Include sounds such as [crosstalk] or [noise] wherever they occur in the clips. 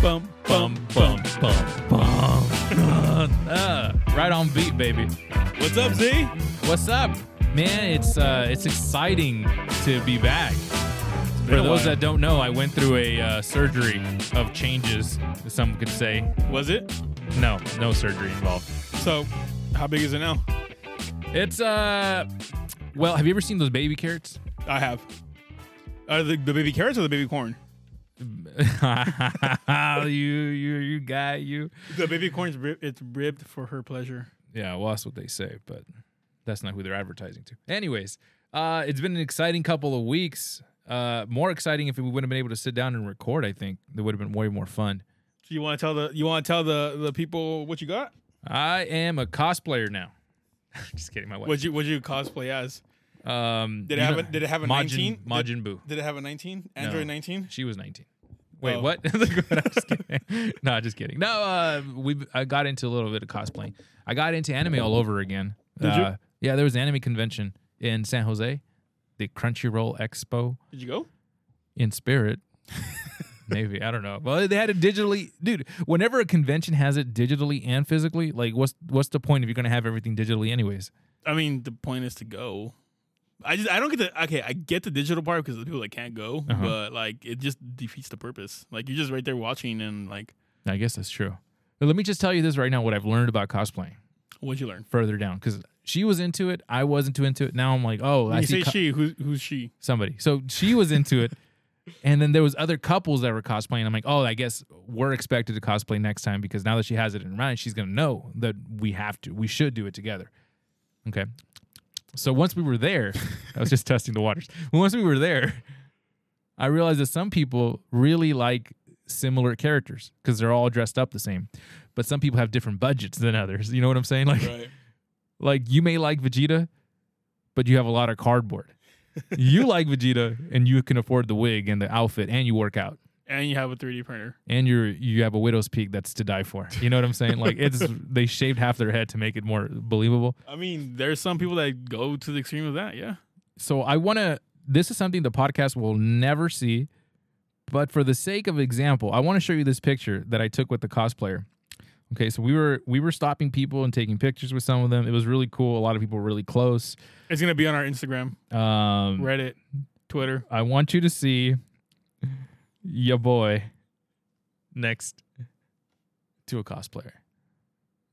bum bum bum bum bum. [laughs] Uh, right on beat, baby. What's up, Z? What's up, man? It's uh, it's exciting to be back. been For a those while. that don't know, I went through a uh, surgery of changes. Some could say Was it? no, no surgery involved. So, how big is it now? It's uh, well, have you ever seen those baby carrots? [laughs] I have. Are the, the baby carrots or the baby corn? you you you got you. The baby corn's rib- it's ribbed for her pleasure. Yeah, well, that's what they say, but that's not who they're advertising to. Anyways, uh, it's been an exciting couple of weeks. Uh, more exciting if we wouldn't have been able to sit down and record. I think that would have been way more fun. So you want to tell the you want to tell the the people what you got? I am a cosplayer now. [laughs] Just kidding, my wife. What you what you cosplay as? um, Did it you have know- a, did it have a 19? Majin, Did, Majin Buu. did it have a 19? Android 19? She was 19. Wait, Oh. what? [laughs] I'm just kidding. [laughs] no, just kidding. No, uh, we I got into a little bit of cosplaying. I got into anime all over again. Did you? Uh, Yeah, there was an anime convention in San Jose, the Crunchyroll Expo Did you go? [laughs] in spirit. Maybe I don't know. Well, they had it digitally, dude. Whenever a convention has it digitally and physically, like what's what's the point if you're gonna have everything digitally anyways? I mean, the point is to go. I just I don't get the okay. I get the digital part because the people that can't go, Uh-huh. but like it just defeats the purpose. Like you're just right there watching, and like I guess that's true. But let me just tell you this right now: what I've learned about cosplaying what'd you learn? further down, because she was into it, I wasn't too into it. Now I'm like, oh, When I you see say co- she, who's who's she? somebody. So she was into it, [laughs] and then there was other couples that were cosplaying. I'm like, oh, I guess we're expected to cosplay next time because now that she has it in her mind, she's gonna know that we have to, we should do it together. Okay. So once we were there, [laughs] I was just testing the waters. Once we were there, I realized that some people really like similar characters because they're all dressed up the same. But some people have different budgets than others. You know what I'm saying? Like Right. like you may like Vegeta, but you have a lot of cardboard. you like Vegeta and you can afford the wig and the outfit and you work out And you have a 3D printer. and you're you have a widow's peak that's to die for. You know what I'm saying? Like it's they shaved half their head to make it more believable. I mean, there's some people that go to the extreme of that. Yeah. So I want to this is something the podcast will never see, but for the sake of example, I want to show you this picture that I took with the cosplayer. Okay, so we were we were stopping people and taking pictures with some of them. It was really cool. A lot of people were really close. It's gonna be on our Instagram, Um, Reddit, Twitter. I want you to see your boy next to a cosplayer.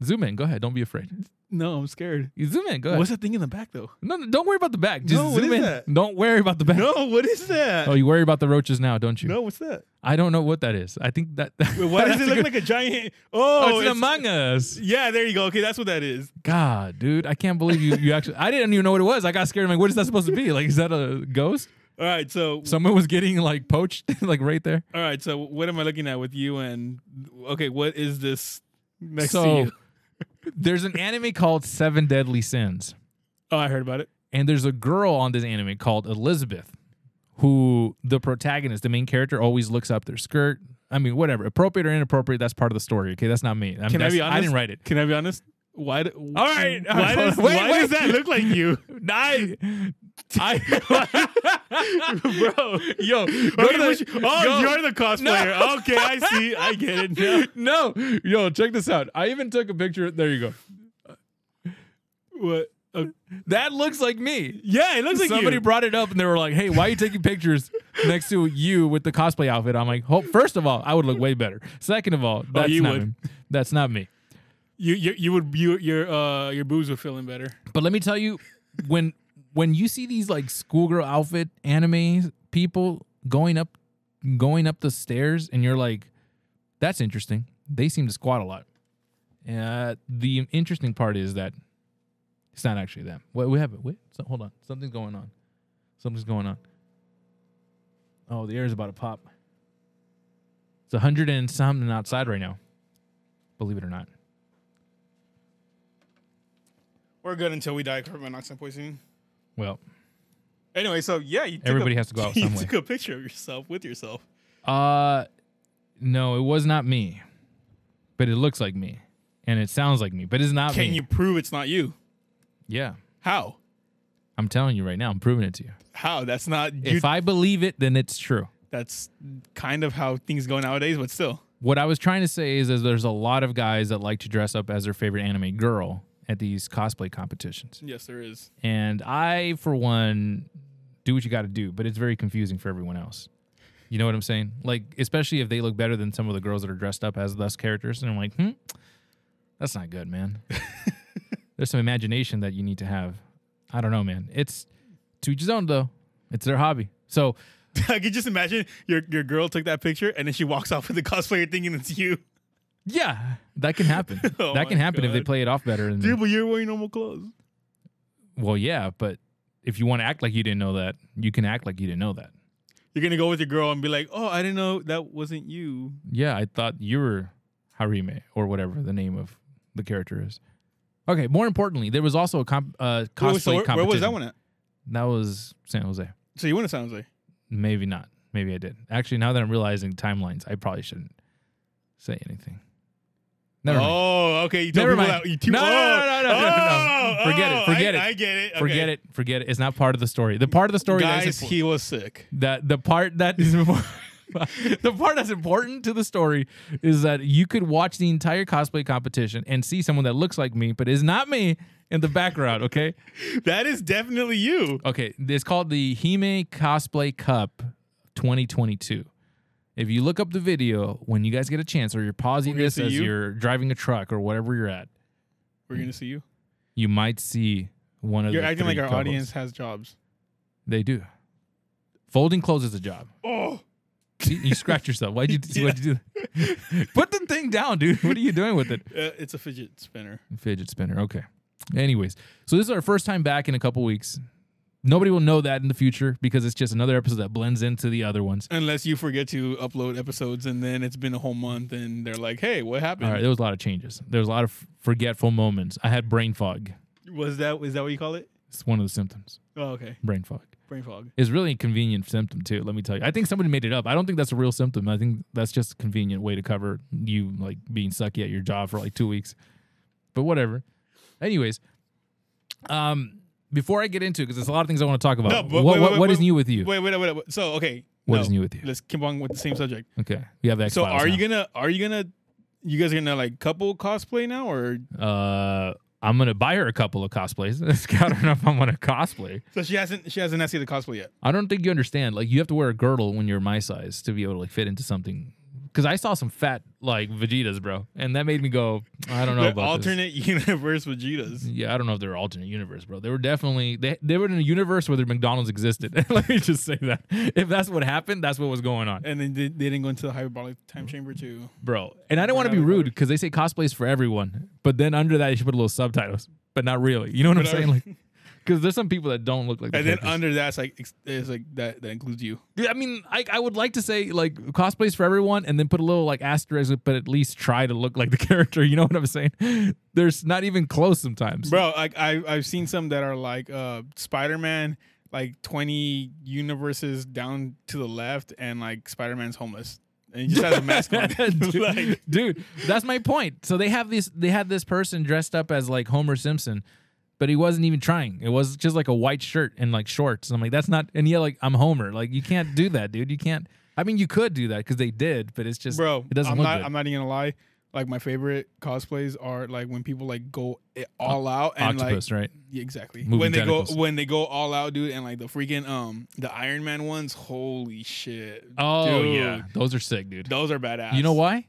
Zoom in. Go ahead. Don't be afraid. No, I'm scared. You Zoom in. Go ahead. What's that thing in the back [laughs] though? No, no, don't worry about the back. Just No, zoom what is in. that? Don't worry about the back. No, what is that? Oh, you worry about the roaches now, don't you? no, what's that? I don't know what that is. I think that. [laughs] Wait, why does that's it a look good- like a giant? Oh, Oh, it's, an Among Us. yeah, there you go. Okay, that's what that is. God, dude, I can't believe you. You actually, I didn't even know what it was. I got scared. I'm like, what is that supposed to be? Like, is that a ghost? All right, so Someone was getting like poached, [laughs] like right there. All right, so what am I looking at with you and okay, what is this next to so you? [laughs] there's an anime called Seven Deadly Sins, Oh, I heard about it. and there's a girl on this anime called Elizabeth, who the protagonist, the main character, always looks up their skirt. I mean, whatever, appropriate or inappropriate, that's part of the story. Okay, that's not me. I mean, Can I that's- be honest? I didn't write it. Can I be honest? Why do, All right, all why, right, does, hold on. Wait, why does wait. that look like you? [laughs] I, I, [laughs] Bro. [laughs] yo, go Okay, to the- which- oh, yo. you're the cosplayer. No. Okay, I see. I get it. now. [laughs] no, yo, check this out. I even took a picture. There you go. [laughs] What? Uh, That looks like me. yeah, it looks like Somebody you. brought it up and they were like, "Hey, why are you taking pictures next to you with the cosplay outfit?" I'm like, "Oh, first of all, I would look way better. Second of all, that's Oh, you not would. me. That's not me." you, you you would you, your uh your boobs were feeling better. But let me tell you, when when you see these like schoolgirl outfit anime people going up going up the stairs, and you're like, "That's interesting." They seem to squat a lot. Uh, the interesting part is that it's not actually them. Wait, we have it. Wait, so, hold on. Something's going on. Something's going on. Oh, the air is about to pop. It's a hundred and something outside right now. Believe it or not. We're good until we die of carbon monoxide poisoning. Well, Anyway, so yeah, you took Everybody a, [laughs] has to go out You some way. took a picture of yourself with yourself. Uh no, it was not me. But it looks like me. And it sounds like me, but it's not Can me. you prove it's not you? yeah. How? I'm telling you right now, I'm proving it to you. How? That's not you. if I believe it, then it's true. that's kind of how things go nowadays, but still. what I was trying to say is, is there's a lot of guys that like to dress up as their favorite anime girl at these cosplay competitions. Yes, there is. And I, for one, do what you got to do, but it's very confusing for everyone else. You know what I'm saying? Like, especially if they look better than some of the girls that are dressed up as those characters. And I'm like, hmm, that's not [laughs] good, man. There's some imagination that you need to have. I don't know, man. It's to each his own, though. It's their hobby. So, [laughs] I could just imagine your your girl took that picture and then she walks off with the cosplayer thinking it's you. yeah, that can happen. [laughs] Oh that can my happen if they God. play it off better. Than, Dude, but you're wearing normal clothes. well, yeah, but if you want to act like you didn't know that, you can act like you didn't know that. You're gonna go with your girl and be like, "Oh, I didn't know that wasn't you." Yeah, I thought you were Harime or whatever the name of the character is. Okay, more importantly, there was also a comp- uh, cosplay Wait, so where, competition. where was that one at? That was San Jose. So you went to San Jose. Maybe not. Maybe I did. Actually, now that I'm realizing timelines, I probably shouldn't say anything. Never mind. Oh, okay. You told Never people mind. that you too. No, oh, no, no, no, no, no, no. oh, Forget it, oh, forget I, it. I get it. Okay. Forget it. Forget it. It's not part of the story. The part of the story that Guys, is he was sick. [laughs] that the part that is [laughs] more- the part that's important to the story is that you could watch the entire cosplay competition and see someone that looks like me but is not me in the background. Okay, That is definitely you. okay, it's called the Hime Cosplay Cup 2022. If you look up the video when you guys get a chance, or you're pausing We're gonna this see as you? you're driving a truck or whatever you're at, We're gonna see you. you might see one of You're the acting three like our couples. audience has jobs. They do. Folding clothes is a job. Oh, See, you scratch yourself. Why'd you, Yeah. why'd you do that? [laughs] Put the thing down, dude. What are you doing with it? [laughs] uh, it's a fidget spinner. Fidget spinner. Okay. Anyways, so this is our first time back in a couple weeks. Nobody will know that in the future because it's just another episode that blends into the other ones. Unless you forget to upload episodes and then it's been a whole month and they're like, "Hey, what All happened? right, there was a lot of changes. There was a lot of forgetful moments. I had brain fog. Was that is that what you call it?" It's one of the symptoms. Oh, okay. Brain fog. Brain fog. It's really a convenient symptom too. Let me tell you. I think somebody made it up. I don't think that's a real symptom. I think that's just a convenient way to cover you like being sucky at your job for like two weeks. But whatever. Anyways, um, before I get into it, because there's a lot of things I want to talk about. No, but what wait, what, wait, what is wait, new with you? What Wait, wait, wait, wait. So, okay. is no. new with you? Let's keep on with the same subject. Okay, we have that. So, are you gonna are you gonna you guys are gonna like couple cosplay now or gonna? Uh, I'm gonna buy her a couple of cosplays. [laughs] I don't know if I'm gonna cosplay. so she hasn't she hasn't seen the cosplay yet. I don't think you understand. Like you have to wear a girdle when you're my size to be able to like fit into something. Because I saw some fat like Vegetas, bro, and that made me go, I don't know They're about alternate. alternate [laughs] universe Vegetas. Yeah, I don't know if they're alternate universe, bro. They were definitely they they were in a universe where the McDonald's existed. [laughs] Let me just say that. If that's what happened, that's what was going on, And then they, they didn't go into the hyperbolic time chamber too. bro. And I didn't want to be rude because they say cosplays for everyone, but then under that you should put little subtitles, but not really. You know what I'm But I- saying? Like, because there's some people that don't look like. the And then characters. under that's like ex- it's like that that includes you. Yeah, I mean, I, I would like to say like cosplays for everyone, and then put a little like asterisk, but at least try to look like the [laughs] character. You know what I'm saying? There's not even close sometimes. Bro, like I I've seen some that are like uh Spider-Man like 20 universes down to the left and like Spider-Man's homeless. And he just has a mask on. [laughs] [laughs] dude, like dude, that's my point. So they have this. They had this person dressed up as like Homer Simpson, but he wasn't even trying. It was just like a white shirt and like shorts. And I'm like, that's not. And yeah, like I'm Homer. Like you can't do that, dude. You can't. I mean, you could do that because they did, but it's just bro, It doesn't I'm look not good. I'm not even gonna lie. Like my favorite cosplays are like when people like go it all out and like octopus, right? Yeah, exactly. Moving when they tentacles. go when they go all out, dude, and like the freaking um the Iron Man ones, holy shit. Oh Dude, yeah, those are sick, dude. Those are badass. You know why?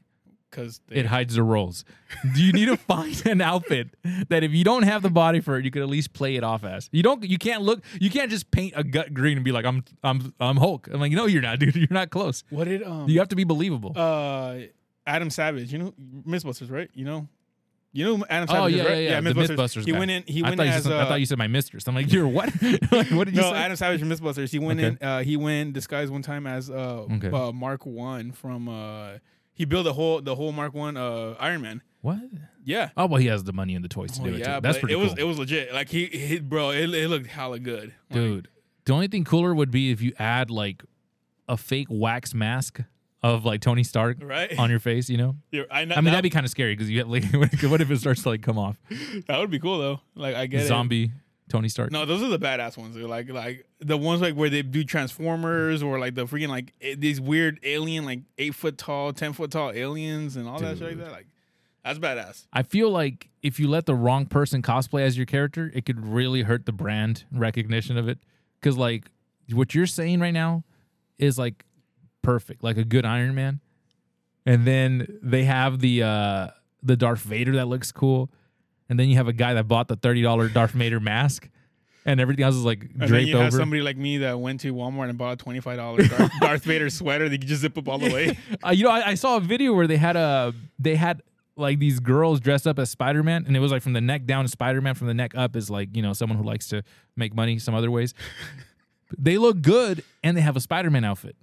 Cause they, it hides the roles. [laughs] Do you need to find an outfit that if you don't have the body for it, you could at least play it off as? You don't. You can't look. You can't just paint a gut green and be like, I'm, I'm, I'm Hulk. I'm like, no, you're not, [laughs] dude. You're not close. what did um You have to be believable. uh Adam Savage, you know Mythbusters, right? You know? You know Adam Savage, oh yeah, right? yeah, yeah. The Mythbusters. he guy. went in he I went thought, you as said, I uh, thought you said my mistress. I'm like, you're what? [laughs] like, what did you no, say? Adam Savage from Mythbusters. He went in. Uh, he went disguised one time as uh, Okay. uh Mark One from. Uh, he built the whole the whole Mark One uh, Iron Man. what? Yeah, Oh well, he has the money and the toys to Oh, do it. yeah, Too. That's but pretty it was cool, it was legit. Like he, he bro, it, it looked hella good. Like, dude. The only thing cooler would be if you add like a fake wax mask of like Tony Stark right? on your face. You know, [laughs] You're- I, know, I mean, that, that'd be [laughs] kind of scary because you have like, what if it starts to like come off? that would be cool though. Like I get Zombie Tony Stark. No, those are the badass ones. They're like like the ones like where they do Transformers or like the freaking like a- these weird alien like eight foot tall, ten foot tall aliens and all that shit like Dude. that. Like that's badass. I feel like if you let the wrong person cosplay as your character, it could really hurt the brand recognition of it. Because like what you're saying right now is like perfect, like a good Iron Man. And then they have the uh the Darth Vader that looks cool, and then you have a guy that bought the thirty dollar Darth Vader mask, and everything else is like And then draped you have over. somebody like me that went to Walmart and bought a twenty five dollar [laughs] Darth, Darth Vader sweater that you just zip up all the [laughs] way. Uh, you know, I, I saw a video where they had a they had like these girls dressed up as Spider Man, and it was like from the neck down Spider Man, from the neck up is like you know someone who likes to make money some [laughs] other ways. they look good, and they have a Spider Man outfit,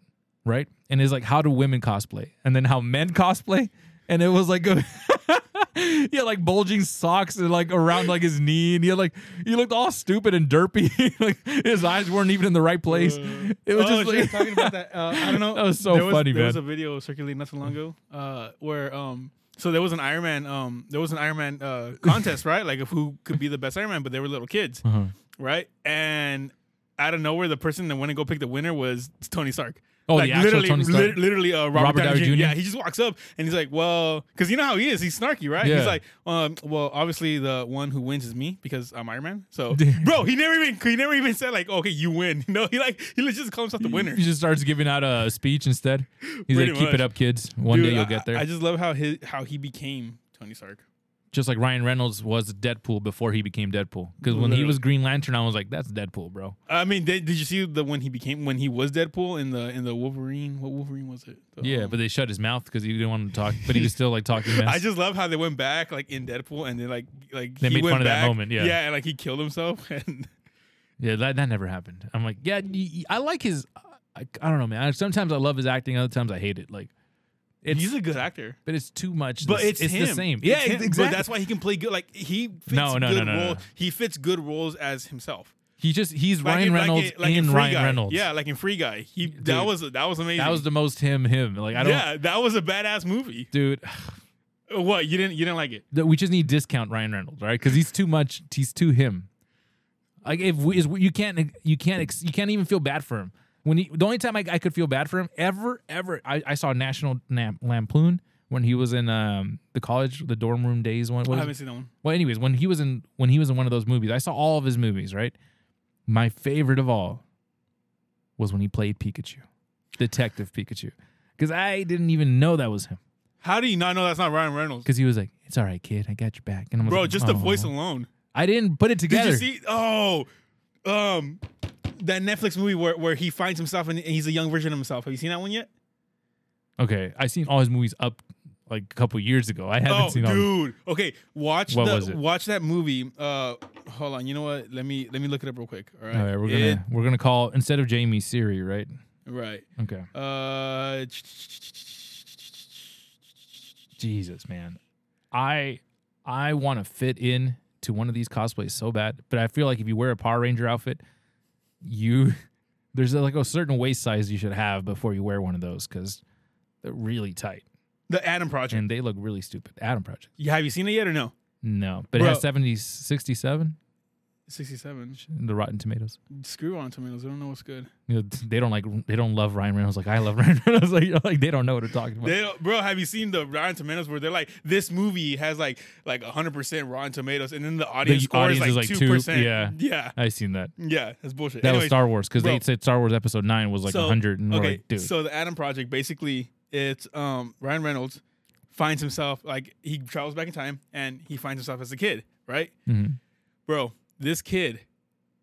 right? And it's like how do women cosplay, and then how men cosplay, and it was like [laughs] a. Yeah, like bulging socks and like around like his knee, and he had like he looked all stupid and derpy. [laughs] like his eyes weren't even in the right place. It was oh, just shit, like talking about [laughs] that. Uh, I don't know. That was so there was, funny, there man. was a video circulating not so long ago uh, where um, so there was an Iron Man um, there was an Iron Man [laughs] uh, contest, right? Like of who could be the best Iron Man, but they were little kids, Uh-huh. right? And out of nowhere, the person that went and go pick the winner was Tony Stark. Oh, like the actual literally, Tony Stark. lit- literally, uh, Robert, Robert Downey Downey Jr. Jr.? Yeah, he just walks up and he's like, "Well, because you know how he is, he's snarky, right? Yeah. He's like, um, "Well, obviously the one who wins is me because I'm Iron Man." [laughs] So, bro, he never even he never even said like, oh, "Okay, you win." [laughs] No, he like he just calls himself the winner. He just starts giving out a speech instead. He's Pretty like, "Keep much. it up, kids. One Dude, day you'll I- get there." I just love how his how he became Tony Stark. just like Ryan Reynolds was Deadpool before he became Deadpool. Because when he was Green Lantern, I was like, "That's Deadpool, bro." I mean, did, did you see the when he became when he was Deadpool in the in the Wolverine? What Wolverine was it? The, Yeah, um, but they shut his mouth because he didn't want him to talk. But he was still like talking [laughs] mess. I just love how they went back like in Deadpool and then like like They he made went fun of that back, moment, yeah. yeah, and, like he killed himself. [laughs] And yeah, that, that never happened. I'm like, yeah, y- y- I like his. I, I don't know, man. I, sometimes I love his acting. Other times I hate it. Like, it's he's a good actor, but it's too much. but it's, it's him. the same. It's yeah, him, exactly. But that's why he can play good. Like he fits No, no, no, good no, no, roles. no. He fits good roles as himself. he just he's Like Ryan in- like Reynolds in- like in in, Free Ryan Guy. Reynolds. Yeah, like in Free Guy. He that Dude. was that was amazing. that was the most him him. Like I don't, yeah, that was a badass movie. Uh, dude. What you didn't you didn't like it? that we just need to discount Ryan Reynolds, right? Because he's too much. He's too him. Like if we, is, you can't, you can't, ex- you can't even feel bad for him. When he, the only time I, I could feel bad for him ever, ever, I, I saw National Nam- Lampoon when he was in um, the college, the dorm room days. One, I what is, haven't seen that one. well, anyways, when he was in, when he was in one of those movies, I saw all of his movies. Right, my favorite of all was when he played Pikachu, Detective Pikachu, because I didn't even know that was him. How do you not know that's not Ryan Reynolds? Because he was like, "It's all right, kid, I got your back," and I'm Bro, like, just the "Oh." voice alone. I didn't put it Did together. you see? Oh, um, that Netflix movie where, where he finds himself and and he's a young version of himself. Have you seen that one yet? okay, I seen all his movies up like a couple years ago. I haven't oh, seen all. Them. dude. Okay, watch What the was it? watch that movie. Uh, hold on. You know what? Let me let me look it up real quick. All right. All right, we're gonna It- we're gonna call instead of Jamie Siri, right? right. Okay. Uh, Jesus, man, I I want to fit in to one of these cosplays so bad, but I feel like if you wear a Power Ranger outfit, you [laughs] there's like a certain waist size you should have before you wear one of those because they're really tight the Adam Project. and they look really stupid. Adam Project, You Have you seen it yet or no? no, but it Bro. has 70, 67 Sixty-seven. the Rotten Tomatoes. Screw on tomatoes. I don't know what's good. you know, they don't like they don't love Ryan Reynolds like I love [laughs] Ryan Reynolds like, you know, like they don't know what they're talking about. They don't- bro, have you seen the Rotten Tomatoes where they're like, this movie has like like 100% Rotten Tomatoes, and then the audience score audience is is like like two- 2%. yeah. yeah, I seen that. yeah, that's bullshit. That was Anyways, Star Wars because they bro. said Star Wars Episode Nine was like So, hundred and we're okay, like, dude, so the Adam Project basically it's um Ryan Reynolds finds himself like he travels back in time and he finds himself as a kid, right? mhm. Bro, this kid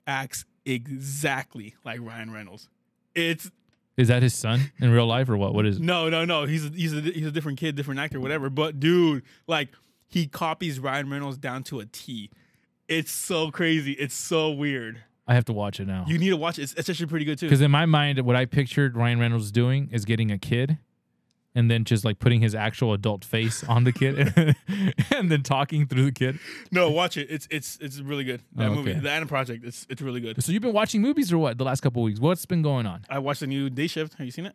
acts exactly like Ryan Reynolds. It's is that his son in real life or what? What is it? No, no, no. He's a, he's a, he's a different kid, different actor, whatever. But dude, like he copies Ryan Reynolds down to a T. It's so crazy. It's so weird. I have to watch it now You need to watch it. It's, it's actually pretty good too. because in my mind, what I pictured Ryan Reynolds doing is getting a kid. And then just like putting his actual adult face on the kid, [laughs] and then talking through the kid. No, watch it. It's it's it's really good. That Oh, movie, okay. the Adam Project. It's it's really good. So you've been watching movies or what? The last couple weeks, what's been going on? I watched the new Day Shift. Have you seen it?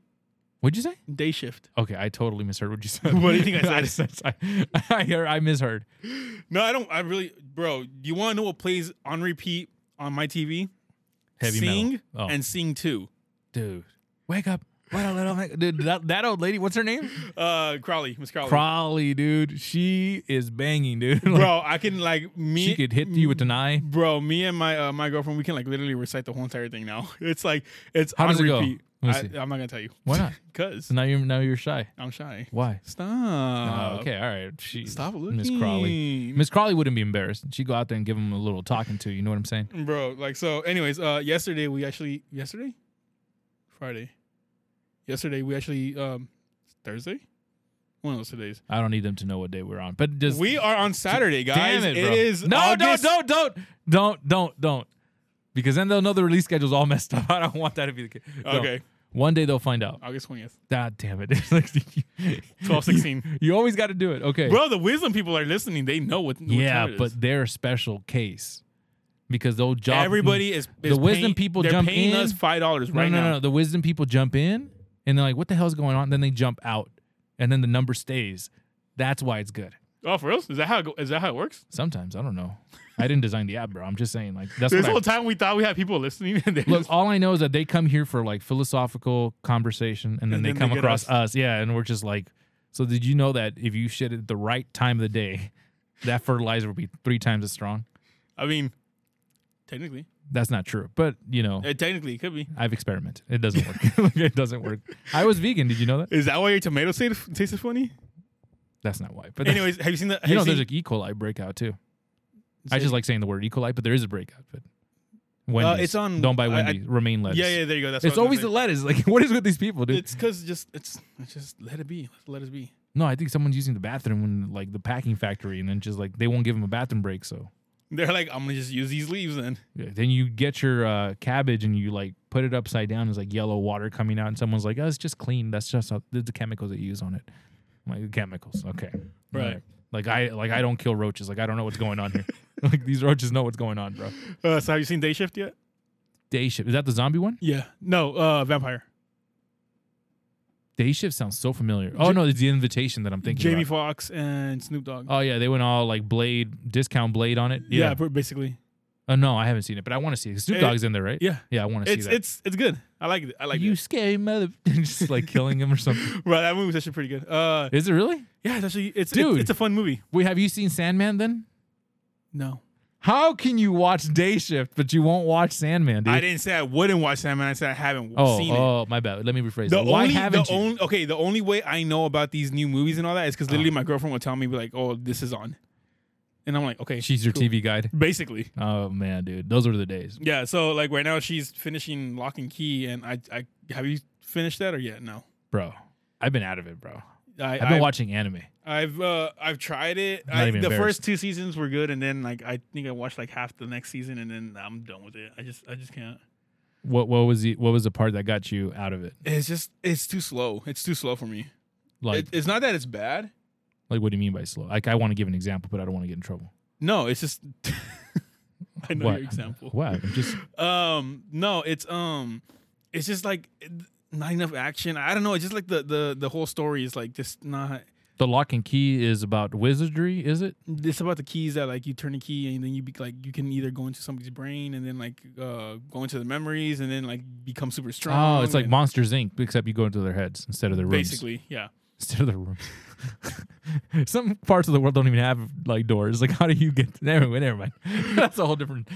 What'd you say? Day Shift. Okay, I totally misheard what you said. What do you think I [laughs] said? I, I, I misheard. No, I don't. I really, bro. You want to know what plays on repeat on my TV, Heavy metal. Sing Oh. and Sing Two. dude, wake up. What a little dude. That, that old lady, what's her name? Uh, Crowley, Miss Crowley. Crowley, dude. She is banging, dude. [laughs] Like, bro, I can like me. she could hit you with an eye. Bro, me and my uh, my girlfriend, we can like literally recite the whole entire thing now. [laughs] It's like it's How on does it go? repeat. Let me I, see. I'm not gonna tell you. Why not? [laughs] Cause So now you're now you're shy. I'm shy. Why? Stop. Oh, okay, all right. She Uh, Stop looking. Miss Crowley. Miss Crowley wouldn't be embarrassed. She'd go out there and give him a little talking to. You know what I'm saying? bro like so anyways uh yesterday we actually yesterday friday yesterday we actually um thursday one of those today's I don't need them to know what day we're on. But just we are on saturday guys damn it, bro. it is no, August- don't, don't, don't, don't, don't, don't. Because then they'll know the release schedule's all messed up. [laughs] I don't want that to be the case. No. okay One day they'll find out. august 20th God damn it. [laughs] It's like you- 12 16 [laughs] You, always got to do it. Okay. bro the wisdom people are listening they know what, what yeah, time it is. but they're a special case because they'll jump. everybody is, is The wisdom paying- people they're jump paying in. us five dollars No, right no, now no, The wisdom people jump in and they're like, what the hell's going on? Then they jump out and then the number stays. That's why it's good. oh for real is that how it go- is that how it works Sometimes. I don't know. I didn't design the app, bro. I'm just saying, like, that's this what I whole time we thought we had people listening [laughs] and they Look, all I know is that they come here for like philosophical conversation, and then And they then they come get across us. us. yeah, and we're just like, so did you know that if you shit at the right time of the day, that fertilizer will be three times as strong? i mean technically That's not true, but you know, Uh, technically it could be I've experimented. It doesn't work. [laughs] Like, it doesn't work. I was vegan. Did you know that? is that why your tomatoes taste tastes funny That's not why. But [laughs] that's- Anyways, have you seen the? Have you know, seen, there's an E. coli breakout too. I just like saying the word E. coli, but there is a breakout. But Wendy's, Uh, it's on- Don't buy I- I- Wendy's. Remain lettuce. yeah, yeah. There you go. That's It's what I was always the gonna lettuce. Like, [laughs] what is with these people, dude? say. It's because just it's, it's just let it be. Let it be. No, I think someone's using the bathroom when like the packing factory, and then just like they won't give them a bathroom break. So They're like, I'm gonna just use these leaves then. [laughs] yeah, then you get your uh, cabbage and you like put it upside down. There's like yellow water coming out, and someone's like, "Oh, it's just clean. That's just how, the chemicals that you use on it." I'm like chemicals, okay, Right. Alright. Like I like I don't kill roaches. Like I don't know what's going [laughs] on here. [laughs] like these roaches know what's going on, bro. Uh, so have you seen Day Shift yet? Day shift is that the zombie one? Yeah. No. Uh, Vampire. Day shift sounds so familiar. Oh Ja- no, it's the invitation that I'm thinking. Jamie about. Foxx and Snoop Dogg. Oh yeah, they went all like blade discount blade on it. yeah. but basically. Oh no, I haven't seen it, but I want to see it. Snoop It- Dogg's in there, right? Yeah. Yeah, I want to see It's that. it's it's good. I like it. I like you it. scary mother, [laughs] just like killing him or something. [laughs] Bro, that movie was actually pretty good. Uh, Is it really? yeah, it's actually it's Dude. It's, it's a fun movie. Wait, have you seen Sandman then? No, How can you watch Day Shift but you won't watch Sandman, dude? I didn't say I wouldn't watch that, man. I said I haven't oh, seen it. oh, my bad. Let me rephrase. The it. Why only, haven't the you? only okay, the only way I know about these new movies and all that is because literally my girlfriend will tell me be like, "Oh, this is on," and I'm like, "Okay, She's your cool." TV guide. Basically, Oh man, dude, those were the days. yeah. So like right now she's finishing Lock and Key, and I, I have you finished that or yet? No, Bro, I've been out of it, bro. I, I've been watching anime. I've uh, I've tried it. Not I, even the embarrassed. first two seasons were good, and then like I think I watched like half the next season, and then I'm done with it. I just I just can't. What what was the what was the part that got you out of it? It's just it's too slow. It's too slow for me. Like It- it's not that it's bad. like what do you mean by slow? Like I want to give an example, but I don't want to get in trouble. No, it's just. [laughs] I know What? your example. Wow, I'm just Um, no, it's um, it's just like it- not enough action. I don't know. It's just like the the the whole story is like just not. the lock and key is about wizardry, is it? It's about the keys that like you turn the key and then you be like you can either go into somebody's brain and then like uh go into the memories and then like become super strong. Oh, it's like and- Monsters Inc. Except you go into their heads instead of their rooms. basically yeah. [laughs] instead of their rooms. [laughs] Some parts of the world don't even have like doors. Like, how do you get? [laughs] Never mind. Never mind. That's a whole different.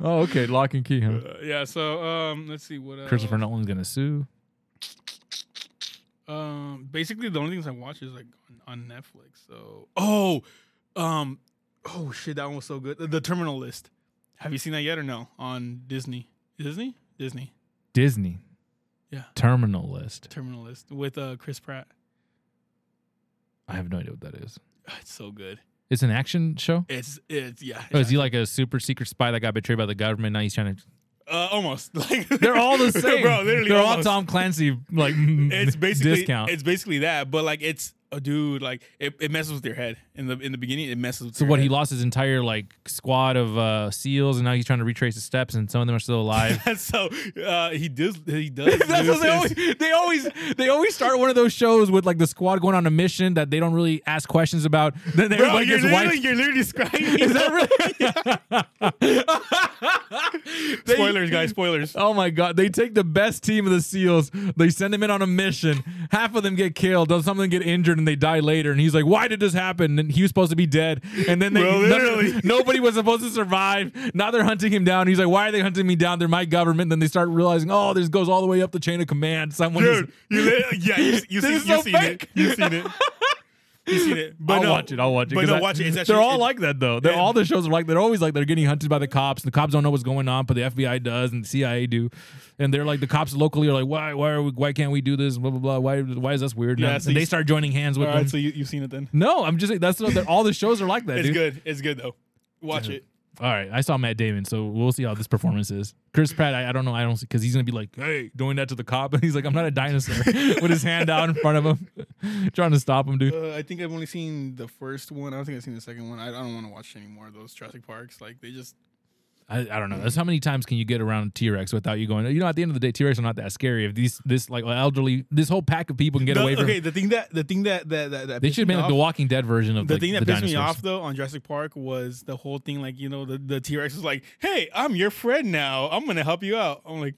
Oh, okay. Lock and key. Huh? Uh, yeah. So um, let's see what else. Christopher Nolan's gonna sue. Um, basically the only things I watch is like on, on Netflix. So oh, um, oh shit, that one was so good. The, The Terminal List. Have you seen that yet or no? On Disney, Disney, Disney. Disney. Yeah. Terminal list. Terminal List with uh Chris Pratt. [sighs] I have no idea what that is. It's so good. It's an action show. It's it's yeah. Oh, is he like a super secret spy that got betrayed by the government? Now he's trying [laughs] to. uh, almost [laughs] like They're all the same, bro. Literally, They're all almost. Tom Clancy like. [laughs] [laughs] It's basically discount. it's basically that, but like it's a dude like it, it messes with your head in the in the beginning. It messes with So your what? He head. lost his entire like squad of uh, seals, and now he's trying to retrace his steps, and some of them are still alive. [laughs] so uh, he does he does. [laughs] That's lose what they his- always, they always they always start one of those shows with like the squad going on a mission that they don't really ask questions about. Then Bro, everybody you're gets literally, wiped. you're literally describing. [laughs] [laughs] Is that really? They- spoilers, guys? Spoilers. Oh my god! They take the best team of the SEALs. They send them in on a mission. Half of them get killed. though Some of them get injured and they die later. And he's like, "Why did this happen?" And he was supposed to be dead. And then they Bro, no- literally. [laughs] nobody was supposed to survive. Now they're hunting him down. He's like, "Why are they hunting me down? They're my government." Then they start realizing, "Oh, this goes all the way up the chain of command." Someone, [laughs] is- Dude, you li- yeah, you, you This see, is you so seen fake. it. You seen it. You seen it. But I'll no, watch it. I'll watch it. But 'cause no, I- watch it. It's actually, they're all it- like that though. They're, Yeah. all the shows are like they're always like they're getting hunted by the cops. The cops don't know what's going on, but the FBI does and the CIA do. And they're like the cops locally are like, why why are we, why can't we do this? Blah blah blah. Why why is this weird? Yeah, Yeah, so and you- they start joining hands All with them. right, so you, you've seen it then. no, I'm just that's what they're- all the shows are like that. It's dude. good. It's good though. Watch it. All right, I saw Matt Damon, so we'll see how this performance is. Chris Pratt, I, I don't know, I don't see because he's gonna be like, hey, doing that to the cop, [laughs] and he's like, I'm not a dinosaur, [laughs] with his hand out in front of him, [laughs] trying to stop him, dude. Uh, I think I've only seen the first one. I don't think I've seen the second one. I, I don't want to watch any more of those Jurassic Parks. Like they just I, I don't know. Mm. That's how many times can you get around T Rex without you going? You know, at the end of the day, T Rex are not that scary. If these this like elderly, this whole pack of people can get the, away from, okay. The thing that the thing that that that, that they pissed should have me made like off- the Walking Dead version of the like, thing that the pissed me dinosaurs. off though on Jurassic Park was the whole thing like you know the the T Rex was like, "Hey, I'm your friend now. I'm gonna help you out." I'm like,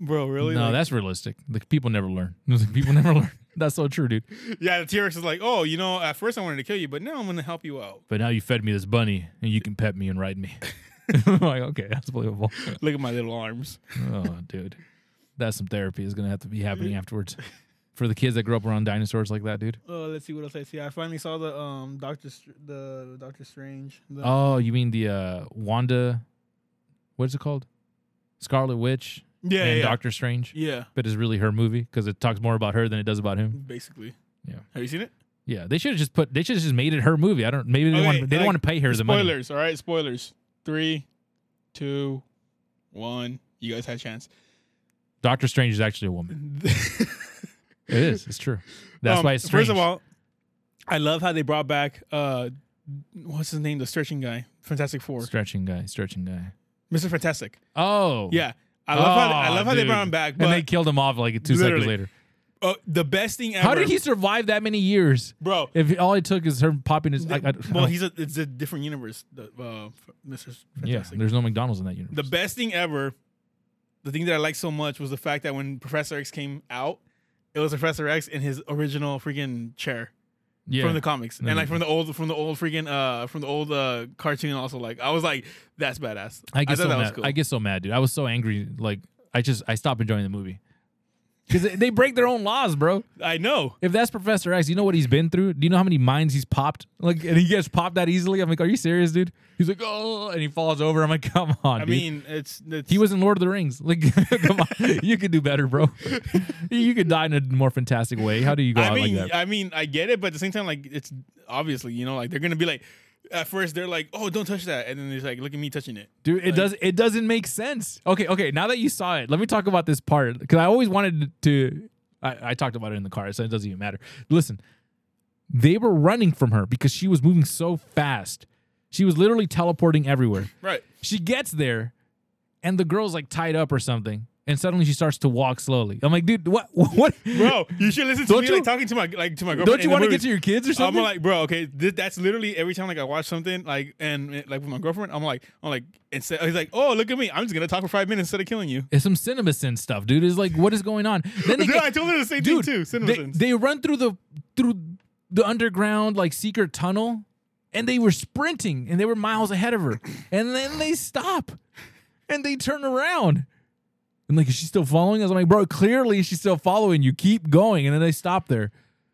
"Bro, really?" No, Like, that's realistic. Like people never learn. [laughs] Like, people never learn. That's so true, dude. yeah. The T Rex is like, "Oh, you know, at first I wanted to kill you, but now I'm gonna help you out." But now you fed me this bunny, and you can pet me and [laughs] ride me. [laughs] I'm like okay, that's believable. Look at my little arms. Oh, dude, that's some therapy is gonna have to be happening afterwards for the kids that grow up around dinosaurs like that, dude. Oh, let's see what else I see. I finally saw the um Doctor the Doctor Strange. Oh, you mean the uh, Wanda? What is it called? Scarlet Witch. yeah, and yeah, Doctor Strange, yeah, but it's really her movie because it talks more about her than it does about him. basically. Yeah. Have you seen it? Yeah, they should have just put they should have just made it her movie. I don't maybe they Okay, want they didn't like, want to pay her the money. Spoilers, all right? Spoilers. Three, two, one. You guys had a chance. [laughs] Doctor Strange is actually a woman. It is. It's true. That's Um, why it's strange. First of all, I love how they brought back uh what's his name? The stretching guy. Fantastic Four. stretching guy, stretching guy. Mr. Fantastic. Oh Yeah. I love how I Oh, love how they dude. brought him back, and they but killed him off like two seconds Literally. later. uh, the best thing ever. How did he survive that many years? Bro. If all it took is her popping his, I, I, well, he's a it's a different universe, the, uh, Mr. yeah. Fantastic. There's no McDonald's in that universe. the best thing ever, the thing that I liked so much was the fact that when Professor X came out, it was Professor X in his original freaking chair yeah, from the comics No. and like from the old from the old freaking uh from the old uh cartoon also like I was like that's badass. I get thought that so mad. was cool. I get so mad, dude. I was so angry. Like I just I stopped enjoying the movie because they break their own laws, bro. I know. If that's Professor X, you know what he's been through. Do you know how many mines he's popped? Like, and he gets popped that easily. I'm like, are you serious, dude? He's like, oh, and he falls over. I'm like, [laughs] come on. I dude. mean, it's, it's he was in Lord of the Rings. [laughs] Like, come on, you could do better, bro. [laughs] you could die in a more fantastic way. How do you go I out mean, like that? I mean, I get it, but at the same time, like it's obviously you know like they're gonna be like at first they're like oh don't touch that and then they're like look at me touching it. Dude, it does it doesn't make sense. Okay, okay. Now that you saw it, let me talk about this part because I always wanted to. I, I talked about it in the car, so it doesn't even matter. Listen, they were running from her because she was moving so fast. She was literally teleporting everywhere. Right. She gets there, and the girl's like tied up or something, and suddenly she starts to walk slowly. I'm like, dude, what, [laughs] what, Bro, you should listen to Don't me you- like talking to my like to my girlfriend. Don't in you the want to movie. get to your kids or something? I'm like, bro, okay, th- that's literally every time like I watch something like and uh, like with my girlfriend, I'm like, I'm like, instead, he's like, oh, look at me, I'm just gonna talk for five minutes instead of killing you. it's some cinema sin stuff, dude. It's like, what is going on? Then [laughs] they Dude, get- I told her the same dude, thing too. they, CinemaSins. they run through the through the underground like secret tunnel, and they were sprinting, and they were miles ahead of her, and then they stop, and they turn around, and like, is she still following us? I'm like, bro, clearly she's still following you. Keep going, and then they stop there.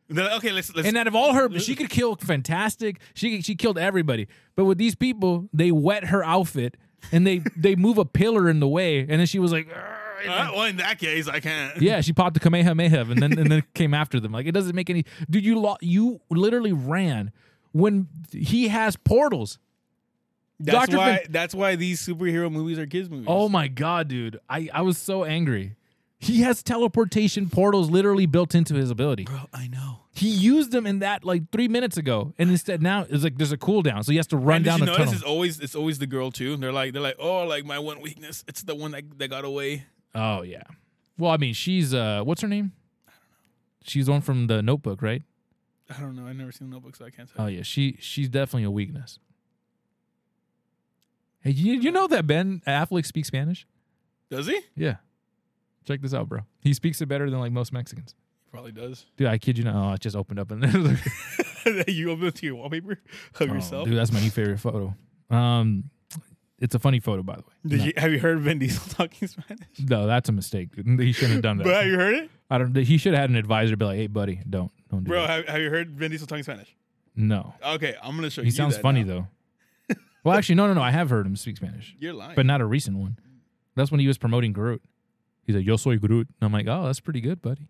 They're like, okay, let's let's. And uh, out of all her, she could kill fantastic. She she killed everybody. But with these people, they wet her outfit and they they move a pillar in the way, and then she was like, "Argh," and uh, well, in that case, I can't. yeah, she popped a Kamehameha and then and then came after them. Like it doesn't make any. Dude, you lo- you literally ran when he has portals. that's Dr. why. Fin- that's why these superhero movies are kids movies. Oh my god, dude! I I was so angry. He has teleportation portals literally built into his ability. Bro, I know. He used them in that like three minutes ago, and instead now it's like there's a cooldown, so he has to run and did down you the notice tunnel. it's always it's always the girl too? They're like they're like, oh, like my one weakness, it's the one that, that got away. Oh yeah. Well, I mean, she's uh, what's her name? She's the one from the Notebook, right? I don't know. I've never seen the notebook, so I can't tell. Oh yeah, she she's definitely a weakness. Hey, you, you know that Ben Affleck speaks Spanish? Does he? Yeah. Check this out, bro. He speaks it better than like most Mexicans. Probably does. [laughs] Dude, I kid you not. Oh, it just opened up and [laughs] there's you open it to your wallpaper of Oh, yourself. Dude, that's my new favorite photo. Um, it's a funny photo, by the way. Did no, you, have you heard Vin Diesel [laughs] talking Spanish? no, that's a mistake. Dude. He shouldn't have done Bro, have that. you heard it? I don't. He should have had an advisor be like, "Hey, buddy, don't, don't do Bro, that." have, have you heard Vin Diesel talking Spanish? No, Okay, I'm gonna show he you. sounds that funny now. though. well, actually, no, no, no. I have heard him speak Spanish, You're lying. but not a recent one. That's when he was promoting Groot. He's like, "Yo soy Groot," and I'm like, "Oh, that's pretty good, buddy."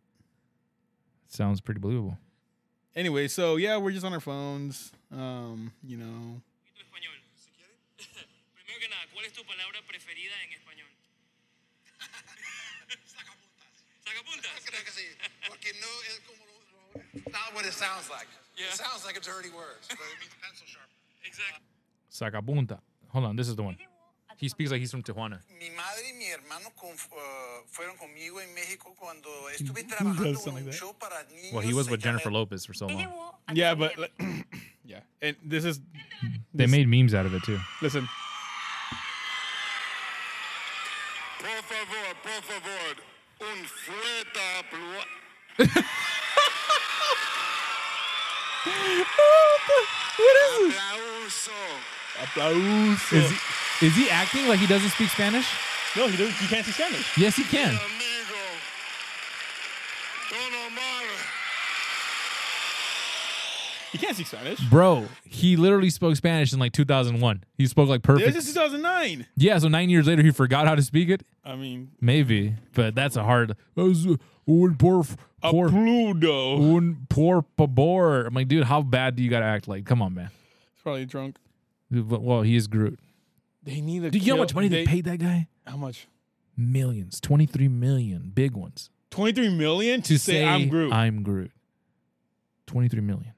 Sounds pretty believable. anyway, so yeah, we're just on our phones. Um, you know, poquito español. Si quieren. [laughs] Primero que nada, ¿cuál es tu palabra preferida en español? [laughs] Sacapuntas. I ¿Sacapuntas? [laughs] can see porque no es como lo, lo, not what it sounds like. Yeah. It sounds like a dirty word, [laughs] but it means pencil sharpener. [laughs] Exacto. Sacapunta. Hold on, this is the one. He speaks like he's from Tijuana. Mi madre y mi hermano con, uh, fueron conmigo en México cuando estuve trabajando en something un like that. show para niños. Well, he was with allá en- Jennifer Lopez for so long. yeah, but like, [clears throat] yeah, and this is They made memes out of it too. listen. Por favor, por favor, un fleta plua- [laughs] What aplauso. Aplauso. Is he, is he acting like he doesn't speak Spanish? no, he doesn't. You can't see Spanish. Yes, he can. Amigo. Don Omar. You can't see Spanish. Bro, he literally spoke Spanish in like 2001. He spoke like This perfect. is 2009. yeah, so nine years later, he forgot how to speak it. I mean, Maybe, but that's a hard. "Oh, Un por, a por, Pluto. un por favor. I'm like, dude, how bad do you gotta act like? Come on, man. He's probably drunk. Dude, but- Well, he is Groot. They need a. Do you know how much money they, paid that guy? How much? Millions, 23 million, big ones. 23 million to, To say, I'm Groot. I'm Groot. 23 million.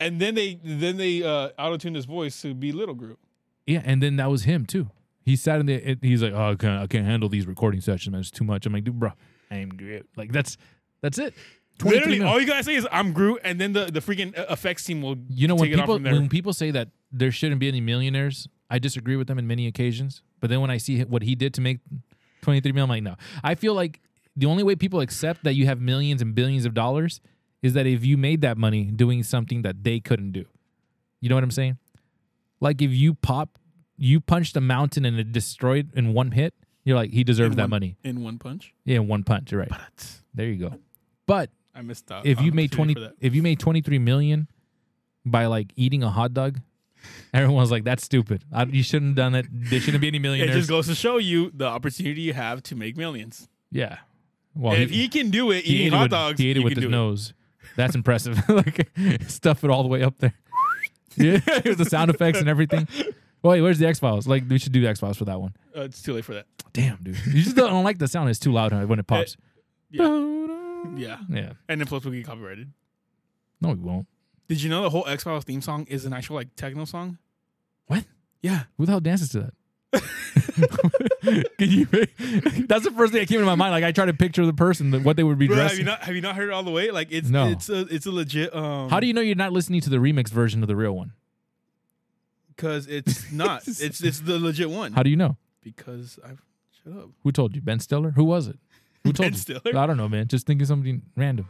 and then they then they uh auto tuned his voice to be Little Groot. Yeah, and then that was him too. He sat in the. It, he's like, oh, I can't, I can't handle these recording sessions, man. It's too much. I'm like, dude, bro, I'm Groot. Like that's that's it. 23 Literally, mil. all you gotta say is I'm Groot, and then the the freaking uh, effects team will you know when take it off people from there. when people say that there shouldn't be any millionaires, I disagree with them in many occasions. But then when I see what he did to make 23 mil, I'm like, no. I feel like the only way people accept that you have millions and billions of dollars is that if you made that money doing something that they couldn't do. You know what I'm saying? Like if you pop, you punched a mountain and it destroyed in one hit, you're like, he deserved that money. in one punch. Yeah, in one punch. You're right. There you go. But I missed that. if you made opportunity twenty, for that. if you made twenty three million by like eating a hot dog, [laughs] everyone's like, "That's stupid. I, you shouldn't have done it. There shouldn't be any it millionaires." just goes to show you the opportunity you have to make millions. yeah. Well, and if he can do it, he eating ate it hot with, dogs, he ate it you with can his do nose. That's impressive. [laughs] like stuff it all the way up there. [laughs] yeah, [laughs] with the sound effects and everything. Wait, where's the X Files? Like we should do X Files for that one. Uh, it's too late for that. Damn, dude, you just don't, don't like the sound. It's too loud when [laughs] it pops. Yeah, yeah. and then plus we get copyrighted. No, we won't. Did you know the whole X Files theme song is an actual like techno song? What? Yeah, Who the hell dances to that? [laughs] Can you? That's the first thing that came to my mind. Like I tried to picture the person, that- what they would be Bro, have dressed. you not have you not heard it all the way? Like it's No. it's a it's a legit. Um, How do you know you're not listening to the remix version of the real one? [laughs] Because it's not. it's it's the legit one. How do you know? because I've shut up. Who told you? Ben Stiller? Who was it? Who told Ben you? Stiller? I don't know, man. Just think of something random.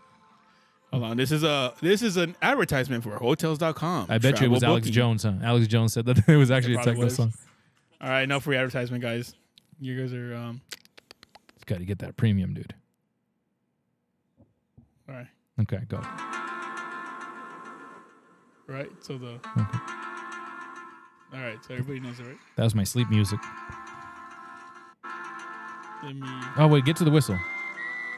Hold on. This is a this is an advertisement for hotels.com. I bet you it was Travel Alex booking. Jones, huh? Alex Jones said that [laughs] it was actually a probably techno was. song. All right, no free advertisement, guys. You guys are um Got to get that premium, dude. all right. Okay, go. Right? So the All right, so everybody knows it, right? That was my sleep music. Let me Oh wait, get to the whistle.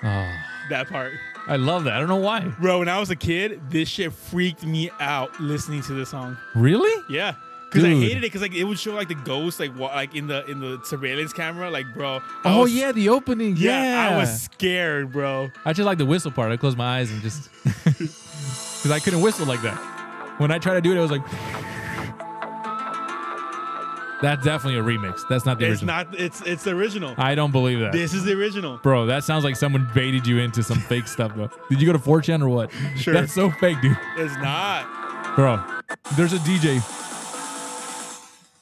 that part. I love that. I don't know why. Bro, when I was a kid, this shit freaked me out listening to this song. Really? Yeah. Because I Dude. hated it because like it would show like the ghost like wa- like in the in the surveillance camera like bro. I Oh was- yeah, the opening. Yeah, I was scared, bro. I just like the whistle part. I closed my eyes and just [laughs] because I couldn't whistle like that. When I tried to do it, I was like, "That's definitely a remix. That's not the It's original." not. It's it's the original. I don't believe that, This is the original. bro. That sounds like someone baited you into some fake stuff, though. Did you go to 4chan or what? [laughs] Sure. That's so fake, dude, It's not. bro. There's a DJ.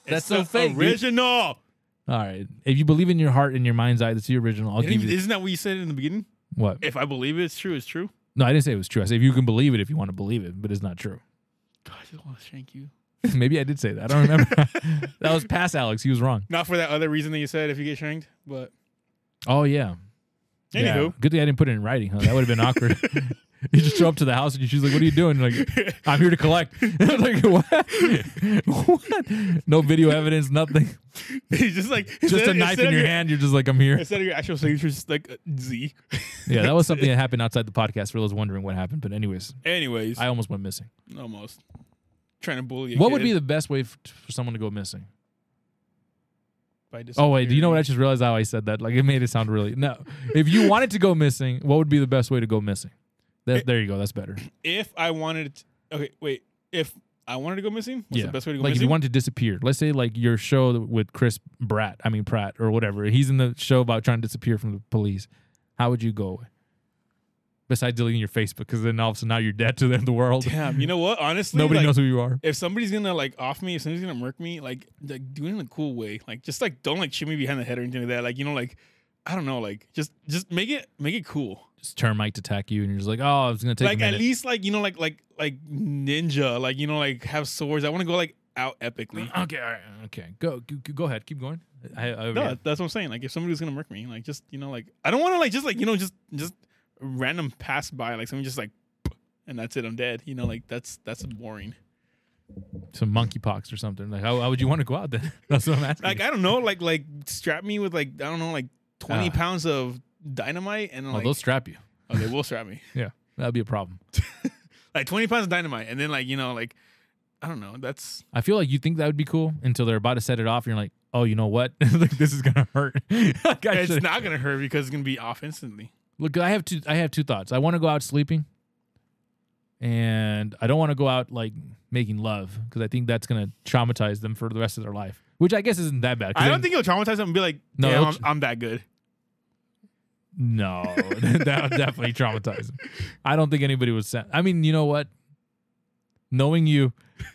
That's It's so the fake, dude. Original. All right, if you believe in your heart and your mind's eye, that's the original. I'll give you Isn't that what you said in the beginning? what? If I believe it, it's true. It's true. No, I didn't say it was true. I said if you can believe it, if you want to believe it, but it's not true. [laughs] God, I just want to shank you. Maybe I did say that. I don't remember. [laughs] that was past Alex. He was wrong. Not for that other reason that you said if you get shanked, but Oh yeah. Yeah. anywho, Good thing I didn't put it in writing, huh? That would have been awkward. [laughs] you just show up to the house and your she's like, What are you doing? You're like, I'm here to collect. [laughs] like, what? [laughs] what? No video evidence, [laughs] nothing. [laughs] he's just like Just instead- a knife instead in of your hand, you're just like, I'm [laughs] here. Instead of your actual signature, just like uh, Z. [laughs] Yeah, that was something that happened outside the podcast for those wondering what happened. But anyways, Anyways, I almost went missing. almost trying to bully. A What would kid be the best way f- for someone to go missing? by Oh wait, do you know what I disappearing. just realized how I said that? Like it made it sound really no. If you wanted to go missing, what would be the best way to go missing? That, there you go. That's better. If I wanted, to, okay, wait. If I wanted to go missing, what's yeah. the best way to go like if missing? you wanted to disappear, let's say like your show with Chris Bratt, I mean Pratt or whatever. He's in the show about trying to disappear from the police. How would you go away? Besides deleting your Facebook, because then all of a sudden now you're dead to the, the world. Damn, you know what? Honestly, [laughs] Nobody like, knows who you are. If somebody's gonna like off me, if somebody's gonna murk me, like like do it in a cool way, like just like don't like shoot me behind the head or anything like that. Like you know, like I don't know, like just just make it make it cool. Just termite attack you, and you're just like, oh, it's gonna take like a minute. at least like you know like like like ninja, like you know like have swords. I want to go like out epically. okay, all right, okay, go, go, go ahead, keep going. I, oh, I, No, that's what I'm saying. Like if somebody's gonna murk me, like just you know, like I don't want to like just like you know just just random pass by, like someone just like, [laughs] and that's it, I'm dead. You know, like that's that's boring. some monkeypox or something. Like, how, how would you want to go out then? [laughs] That's what I'm asking. Like I don't know, like like strap me with like I don't know like 20 Ah. pounds of dynamite and oh, like they'll strap you. oh, they will strap me Yeah, that'd be a problem. like 20 pounds of dynamite and then like you know like I don't know that's I feel like you think that would be cool until they're about to set it off, and you're like, oh, you know what? [laughs] like, this is gonna hurt. [laughs] Like, [laughs] I it's should- not gonna hurt because it's gonna be off instantly. Look, I have two. I have two thoughts. I want to go out sleeping, and I don't want to go out like making love because I think that's gonna traumatize them for the rest of their life. Which I guess isn't that bad. 'cause I don't then- think it'll traumatize them and be like, No, no, it'll I'm, tr- I'm that good. [laughs] No, [laughs] that would definitely traumatize them. I don't think anybody would say. I mean, you know what? Knowing you,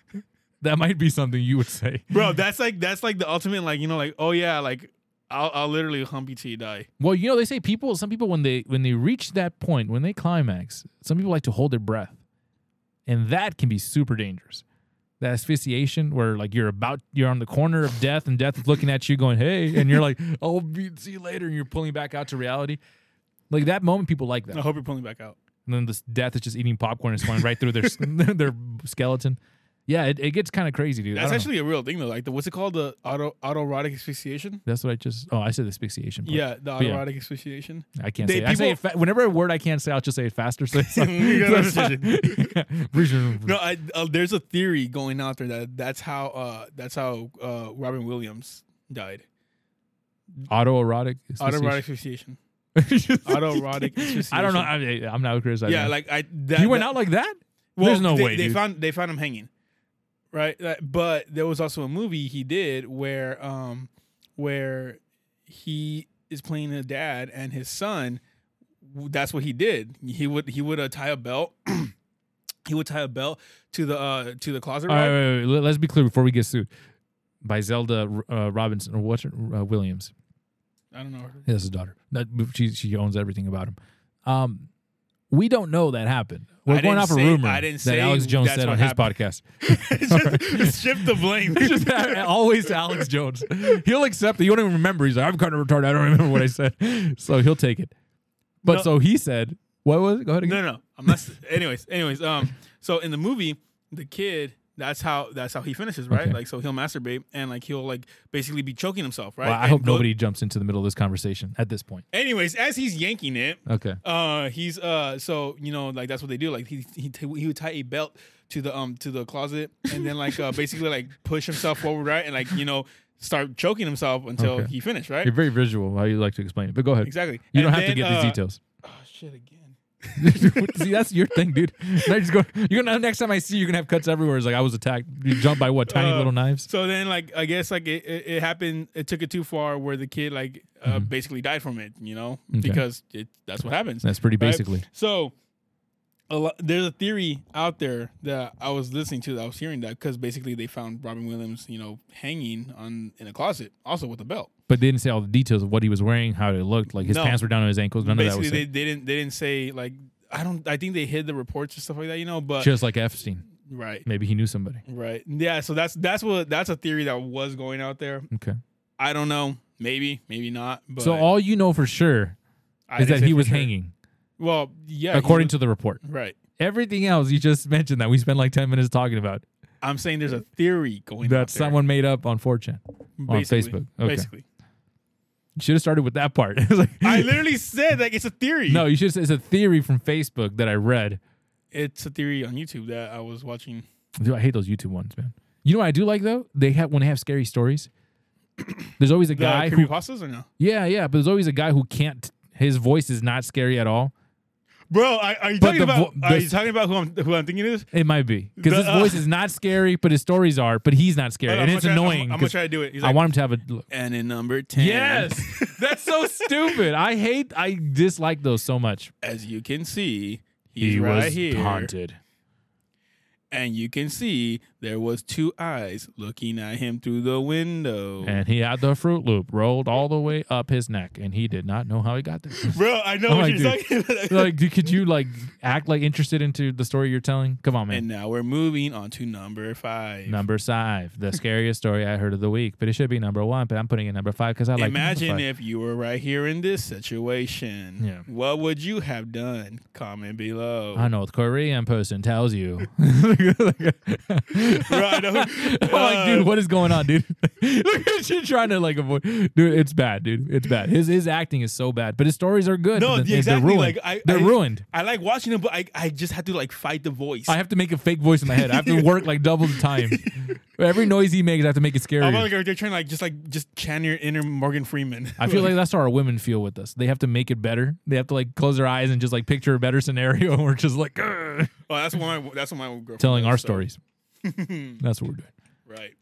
[laughs] that might be something you would say. bro that's like that's like the ultimate like you know like oh yeah like i'll, I'll literally hump you till you die Well, you know, they say people. Some people, when they when they reach that point, when they climax, some people like to hold their breath, and that can be super dangerous. That asphyxiation, where like you're about, you're on the corner of death, and death is looking at you, going, "Hey," and you're like, [laughs] "Oh, be- see you later," and you're pulling back out to reality. Like that moment, people like that. i hope you're pulling back out and then this death is just eating popcorn and it's going right through their [laughs] their skeleton. Yeah, it, it gets kind of crazy, dude. I that's don't know. actually a real thing though like the what's it called the auto autoerotic asphyxiation that's what I just. Oh, I said asphyxiation. part. yeah the But yeah. autoerotic asphyxiation I can't They- say. It. I say it people- fa- whenever a word I can't say, I'll just say it faster. So it's [laughs] like, You gotta no, [laughs] no I, uh, there's a theory going out there that that's how uh that's how uh robin williams died autoerotic. autoerotic [laughs] asphyxiation. asphyxiation autoerotic. autoerotic asphyxiation I don't know. I mean, I'm not criticizing. yeah like i that, you went that- out like that. Well, There's no they, way, they dude. found they found him hanging, right? That- But there was also a movie he did where um where he is playing a dad and his son. w- That's what he did. He would he would uh, tie a belt. [clears throat] he would tie a belt to the uh, to the closet. All right, rod. wait, wait, wait, let- Let's be clear before we get sued by Zelda uh, Robinson or what? Uh, Williams. I don't know. [laughs] Yeah, that's his daughter. That, she she owns everything about him. Um, we don't know that happened. We're I going didn't off a say- rumor I didn't that say Alex Jones that's said on what his happened. podcast. It's just shift the blame. It's just always Alex Jones. He'll accept that you don't even remember. He's like, I'm kind of retarded. I don't remember what I said, so he'll take it. But No. so he said, what was it? Go ahead again. No, no, no. I'm not. s- anyways, anyways. Um. So in the movie, the kid That's how that's how he finishes, right? Okay. Like so he'll masturbate and like he'll like basically be choking himself, right? Well, I And hope go- nobody jumps into the middle of this conversation at this point. Anyways, as he's yanking it, Okay. uh, he's uh, so you know, like that's what they do. Like he he t- he would tie a belt to the um to the closet and then like uh, basically like push himself forward, right, and like you know start choking himself until Okay. he finished, right? You're very visual how you like to explain it, but go ahead. Exactly. You And don't have to then, get uh, these details. Oh shit again. [laughs] see, that's your thing, dude. Now you just go. You're gonna next time I see you, you're gonna have cuts everywhere. It's like I was attacked. You jumped by what? Tiny Uh, little knives. So then, like, I guess like it, it, it happened. It took it too far, where the kid like uh, Mm-hmm. basically died from it. You know, because it that's what happens. That's pretty right? basically. So, a lo- there's a theory out there that I was listening to. That I was hearing that because basically they found Robin Williams, you know, hanging on in a closet, also with a belt. But they didn't say all the details of what he was wearing, how it looked. Like his No. pants were down to his ankles. None basically, of that they, was said. they didn't they didn't say like I don't. I think they hid the reports and stuff like that. You know, but Just like Epstein, right. maybe he knew somebody. Right. Yeah. So that's that's what that's a theory that was going out there. Okay. I don't know. Maybe. Maybe not. But so all you know for sure I is didn't that say he for was sure. hanging, Well, yeah. according to the report. to right. Everything else you just mentioned that we spent like ten minutes talking about, I'm saying there's a theory going that out there, someone made up on 4chan. basically, Facebook. Okay. Basically, You should have started with that part. [laughs] It's like- I literally said like it's a theory. no, you should. It's a theory from Facebook that I read. it's a theory on YouTube that I was watching. Dude, I hate those YouTube ones, man. You know what I do like though? They have when they have scary stories. [coughs] There's always a The guy who, creepypastas or no, yeah, yeah, but there's always a guy who can't. His voice is not scary at all. bro? Are, are you But talking the about? vo- are the- you talking about who I'm who I'm thinking is? It might be because The- his uh, voice is not scary, but his stories are. But he's not scary, and I'm it's gonna try- I'm- annoying. I'm, gonna 'cause try to do it. He's I like, want him to have a look. and in number ten, [laughs] that's so stupid. I hate. I dislike those so much. as you can see, he's right here, and you can see there was two eyes looking at him through the window. and he had the Fruit Loop rolled all the way up his neck, and he did not know how he got there. [laughs] [laughs] Bro, I know I'm what like, you're dude, talking [laughs] about. like, dude, could you like act like interested into the story you're telling? Come on, man. and now we're moving on to number five. Number five, the scariest story I heard of the week, but it should be number one. But I'm putting it number five because I like. Imagine number five. if you were right here in this situation. Yeah. What would you have done? Comment below. [laughs] a North Korean person tells you. [laughs] Bro, I know. I'm like, Uh, dude, what is going [laughs] on, dude? Look at you trying to like avoid, dude. It's bad, dude. It's bad. His his acting is so bad, but his stories are good. No, but yeah, exactly. They're ruined. Like, I- they're I- ruined. I like watching them, but I, I just had to like fight the voice. I have to make a fake voice in my head. I [laughs] have to work like double the time. Every noise he makes, I have to make it scary. am like, they're trying to like just like just chant your inner Morgan Freeman. [laughs] I feel like that's how our women feel with us. They have to make it better. They have to like close their eyes and just like picture a better scenario. [laughs] And we're just like "Ugh," oh, that's what my that's what my girlfriend telling does, our so- stories. [laughs] that's what we're doing. Right.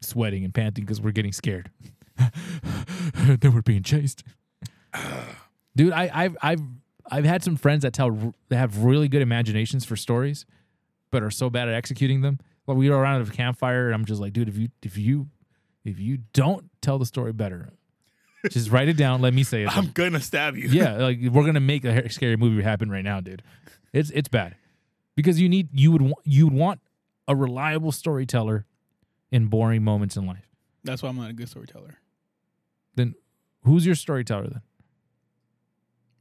Sweating and panting because we're getting scared. [laughs] then we're being chased. Dude, I, I've I've I've had some friends that tell r- they have really good imaginations for stories, but are so bad at executing them. Like we were around at a campfire, and I'm just like, dude, if you if you if you don't tell the story better, just write it down. Let me say it. then." [laughs] I'm gonna stab you. yeah, like we're gonna make a scary movie happen right now, dude. It's it's bad because you need you would want you would want a reliable storyteller in boring moments in life. That's why I'm not a good storyteller. Then who's your storyteller then?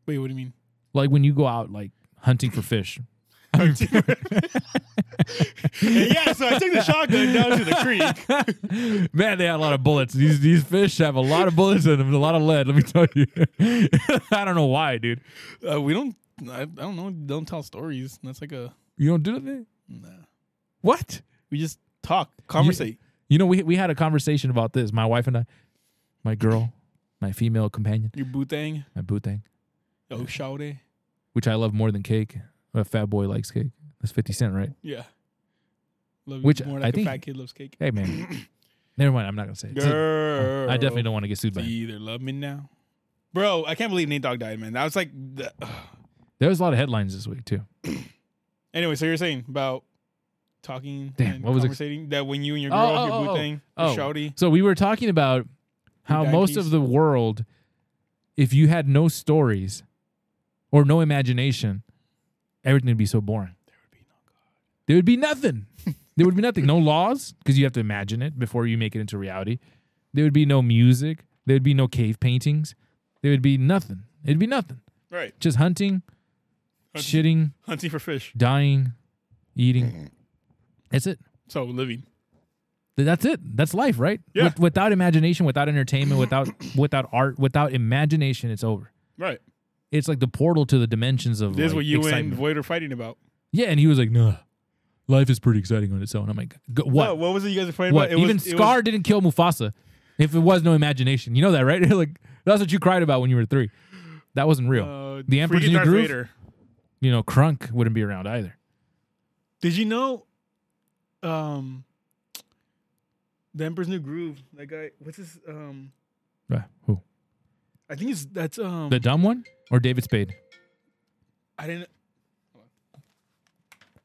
Wait, what do you mean? Like when you go out like hunting for fish. [laughs] [laughs] yeah, so I took the shotgun down [laughs] to the creek. Man, they had a lot of bullets. These these fish have a lot of bullets in them, and a lot of lead. Let me tell you. [laughs] I don't know why, dude. Uh, we don't. I, I don't know. Don't tell stories. That's like a. You don't do that? Nah. What? We just talk, conversate. You know, we we had a conversation about this. My wife and I, my girl, my female companion, Your boo thing. my boo thing, Oh, shawty. which I love more than cake. A fat boy likes cake. That's fifty cent, right? Yeah. Love Which you more I like a think- fat kid loves cake. Hey [coughs] man, never mind. I'm not gonna say it. Girl. I definitely don't want to get sued by. You Him. either love me now, bro. I can't believe Nate Dogg died, man. That was like. The, [sighs] There was a lot of headlines this week too. Anyway, so you're saying about talking Damn, and what was it- conversating that when you and your girl, Oh, your oh, boo oh, oh. thing, Oh, your shawty. so we were talking about how died most peace. of the world, if you had no stories or no imagination, everything would be so boring. There would [laughs] be nothing. there would be nothing. No laws, because you have to imagine it before you make it into reality. There would be no music. There would be no cave paintings. There would be nothing. It'd be nothing. Right. Just hunting, Hunting. Mm-hmm. shitting, Hunting for fish. dying, eating. That's it. So living. Th- That's it. That's life, right? Yeah. With, without imagination, without entertainment, without [coughs] without art, without imagination, it's over. Right. It's like the portal to the dimensions of This is like, what you and excitement. Void are fighting about. Yeah, and he was like, "Nah, life is pretty exciting on its own." I'm like, "G- No, "What? Oh, what was it you guys were fighting what? about? It Even was, it was- Scar didn't kill Mufasa if it was no imagination. You know that, right? [laughs] like that's what you cried about when you were three. That wasn't real. uh, the Emperor's freaking New Darth Groove. Vader. You know, Krunk wouldn't be around either. Did you know um The Emperor's New Groove, that guy what's his um Right? Who? I think it's that's um The dumb one or David Spade? I didn't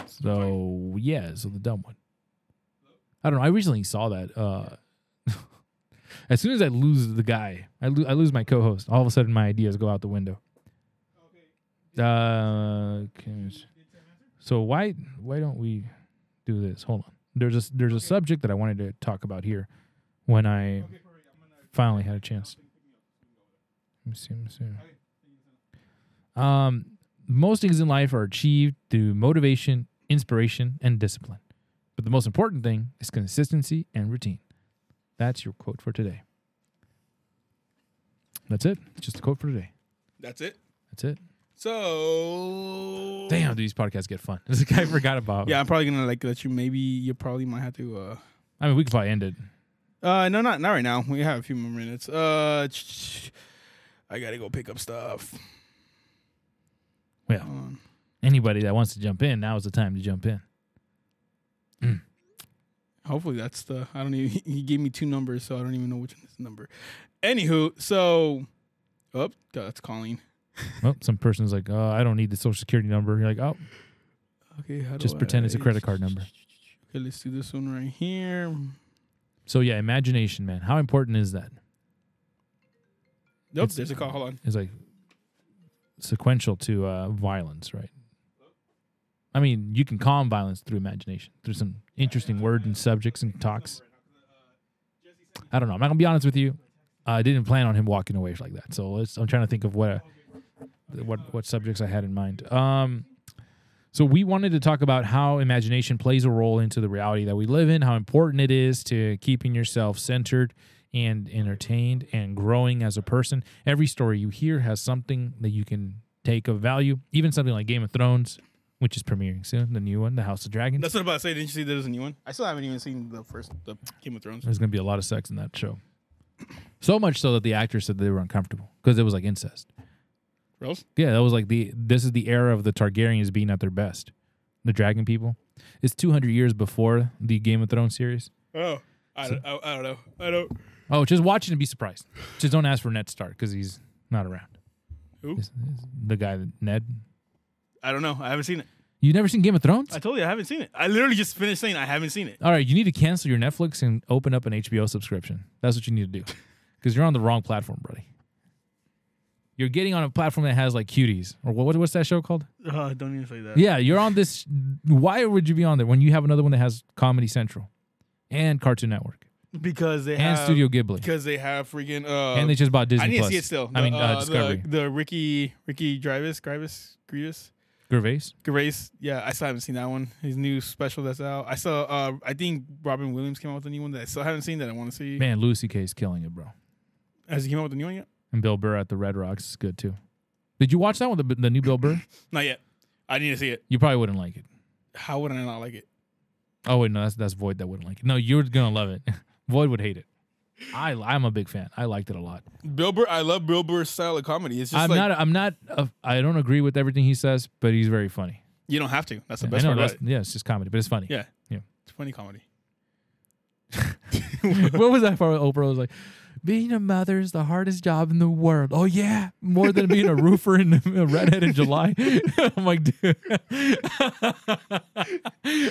So yeah, so the dumb one. I don't know. I recently saw that. Uh, [laughs] as soon as I lose the guy, I, lo- I lose my co-host. All of a sudden, my ideas go out the window. Uh, can- so why why don't we do this? Hold on. There's a s- there's a subject that I wanted to talk about here when I finally had a chance. Let me see. Let me see. Um, most things in life are achieved through motivation, inspiration, and discipline. But the most important thing is consistency and routine. That's your quote for today. That's it. It's just a quote for today. that's it. That's it. So Damn, do these podcasts get fun? [laughs] This guy forgot about. Yeah, I'm probably gonna like let you maybe you probably might have to uh I mean, we could probably end it. Uh, no, not not right now. We have a few more minutes. Uh, [sniffs] ch- ch- I gotta go pick up stuff. Well, Hold on. anybody that wants to jump in, now is the time to jump in. Hopefully that's the. I don't even. [laughs] He gave me two numbers, so I don't even know which one is the number. Anywho, so, oh, that's calling. Well, some person's like, oh, I don't need the social security number. You're like, oh, Okay, how do just pretend it's a I- credit card number. Okay, let's do this one right here. So, yeah, imagination, man. How important is that? Nope, It's- there's a call. Hold on. is like sequential to uh, violence, right? I mean, you can calm violence through imagination, through some interesting words and subjects and talks. I don't know. I'm not gonna be honest with you. I didn't plan on him walking away like that. So let's, I'm trying to think of what what what subjects I had in mind. Um, so we wanted to talk about how imagination plays a role into the reality that we live in, how important it is to keeping yourself centered and entertained and growing as a person. Every story you hear has something that you can take of value, even something like Game of Thrones, which is premiering soon, the new one, The House of Dragons. That's what I'm about to say. Didn't you see there's a new one? I still haven't even seen the first the Game of Thrones. There's going to be a lot of sex in that show. So much so that the actors said they were uncomfortable because it was like incest. Rose? Yeah, that was like the this is the era of the Targaryens being at their best. The dragon people. It's 200 years before the Game of Thrones series. Oh, I, don't- I, I don't know. I don't. Oh, just watch it and be surprised. Just don't ask for Ned Stark because he's not around. Who? Is- is The guy that Ned. I don't know. I haven't seen it. You never seen Game of Thrones? I told you I haven't seen it. I literally just finished saying I haven't seen it. All right, you need to cancel your Netflix and open up an HBO subscription. That's what you need [laughs] to do because you're on the wrong platform, buddy. You're getting on a platform that has like cuties or what, what's that show called? Uh, don't even say that. Yeah, you're on this. Why would you be on there when you have another one that has Comedy Central and Cartoon Network Because they and have Studio Ghibli? Because they have freaking. Uh, And they just bought Disney I need Plus. to see it still. I mean, uh, The, Discovery. The, the Ricky Ricky Drivis Grievous Grievous Gervais. Gervais. Yeah, I still haven't seen that one. His new special that's out. I saw. Uh, I think Robin Williams came out with a new one that I still haven't seen that I want to see. Man, Lucy K is killing it, bro. Has he came out with a new one yet? And Bill Burr at the Red Rocks is good too. Did you watch that one, the, the new [coughs] Bill Burr? Not yet. I need to see it. You probably wouldn't like it. How would I not like it? Oh wait, no, that's that's Void that wouldn't like it. No, you're gonna love it. [laughs] Void would hate it. I I'm a big fan. I liked it a lot. Bill Burr. I love Bill Burr's style of comedy. It's just I'm like not I'm not a, I don't agree with everything he says, but he's very funny. you don't have to. That's the I best know part. that's About it. yeah, it's just comedy, but it's funny. Yeah. Yeah. It's funny [laughs] comedy. [laughs] what was that part? where Oprah was like, "Being a mother is the hardest job in the world." Oh yeah, more than being a roofer in [laughs] a redhead in July. [laughs] I'm like, dude. [laughs] you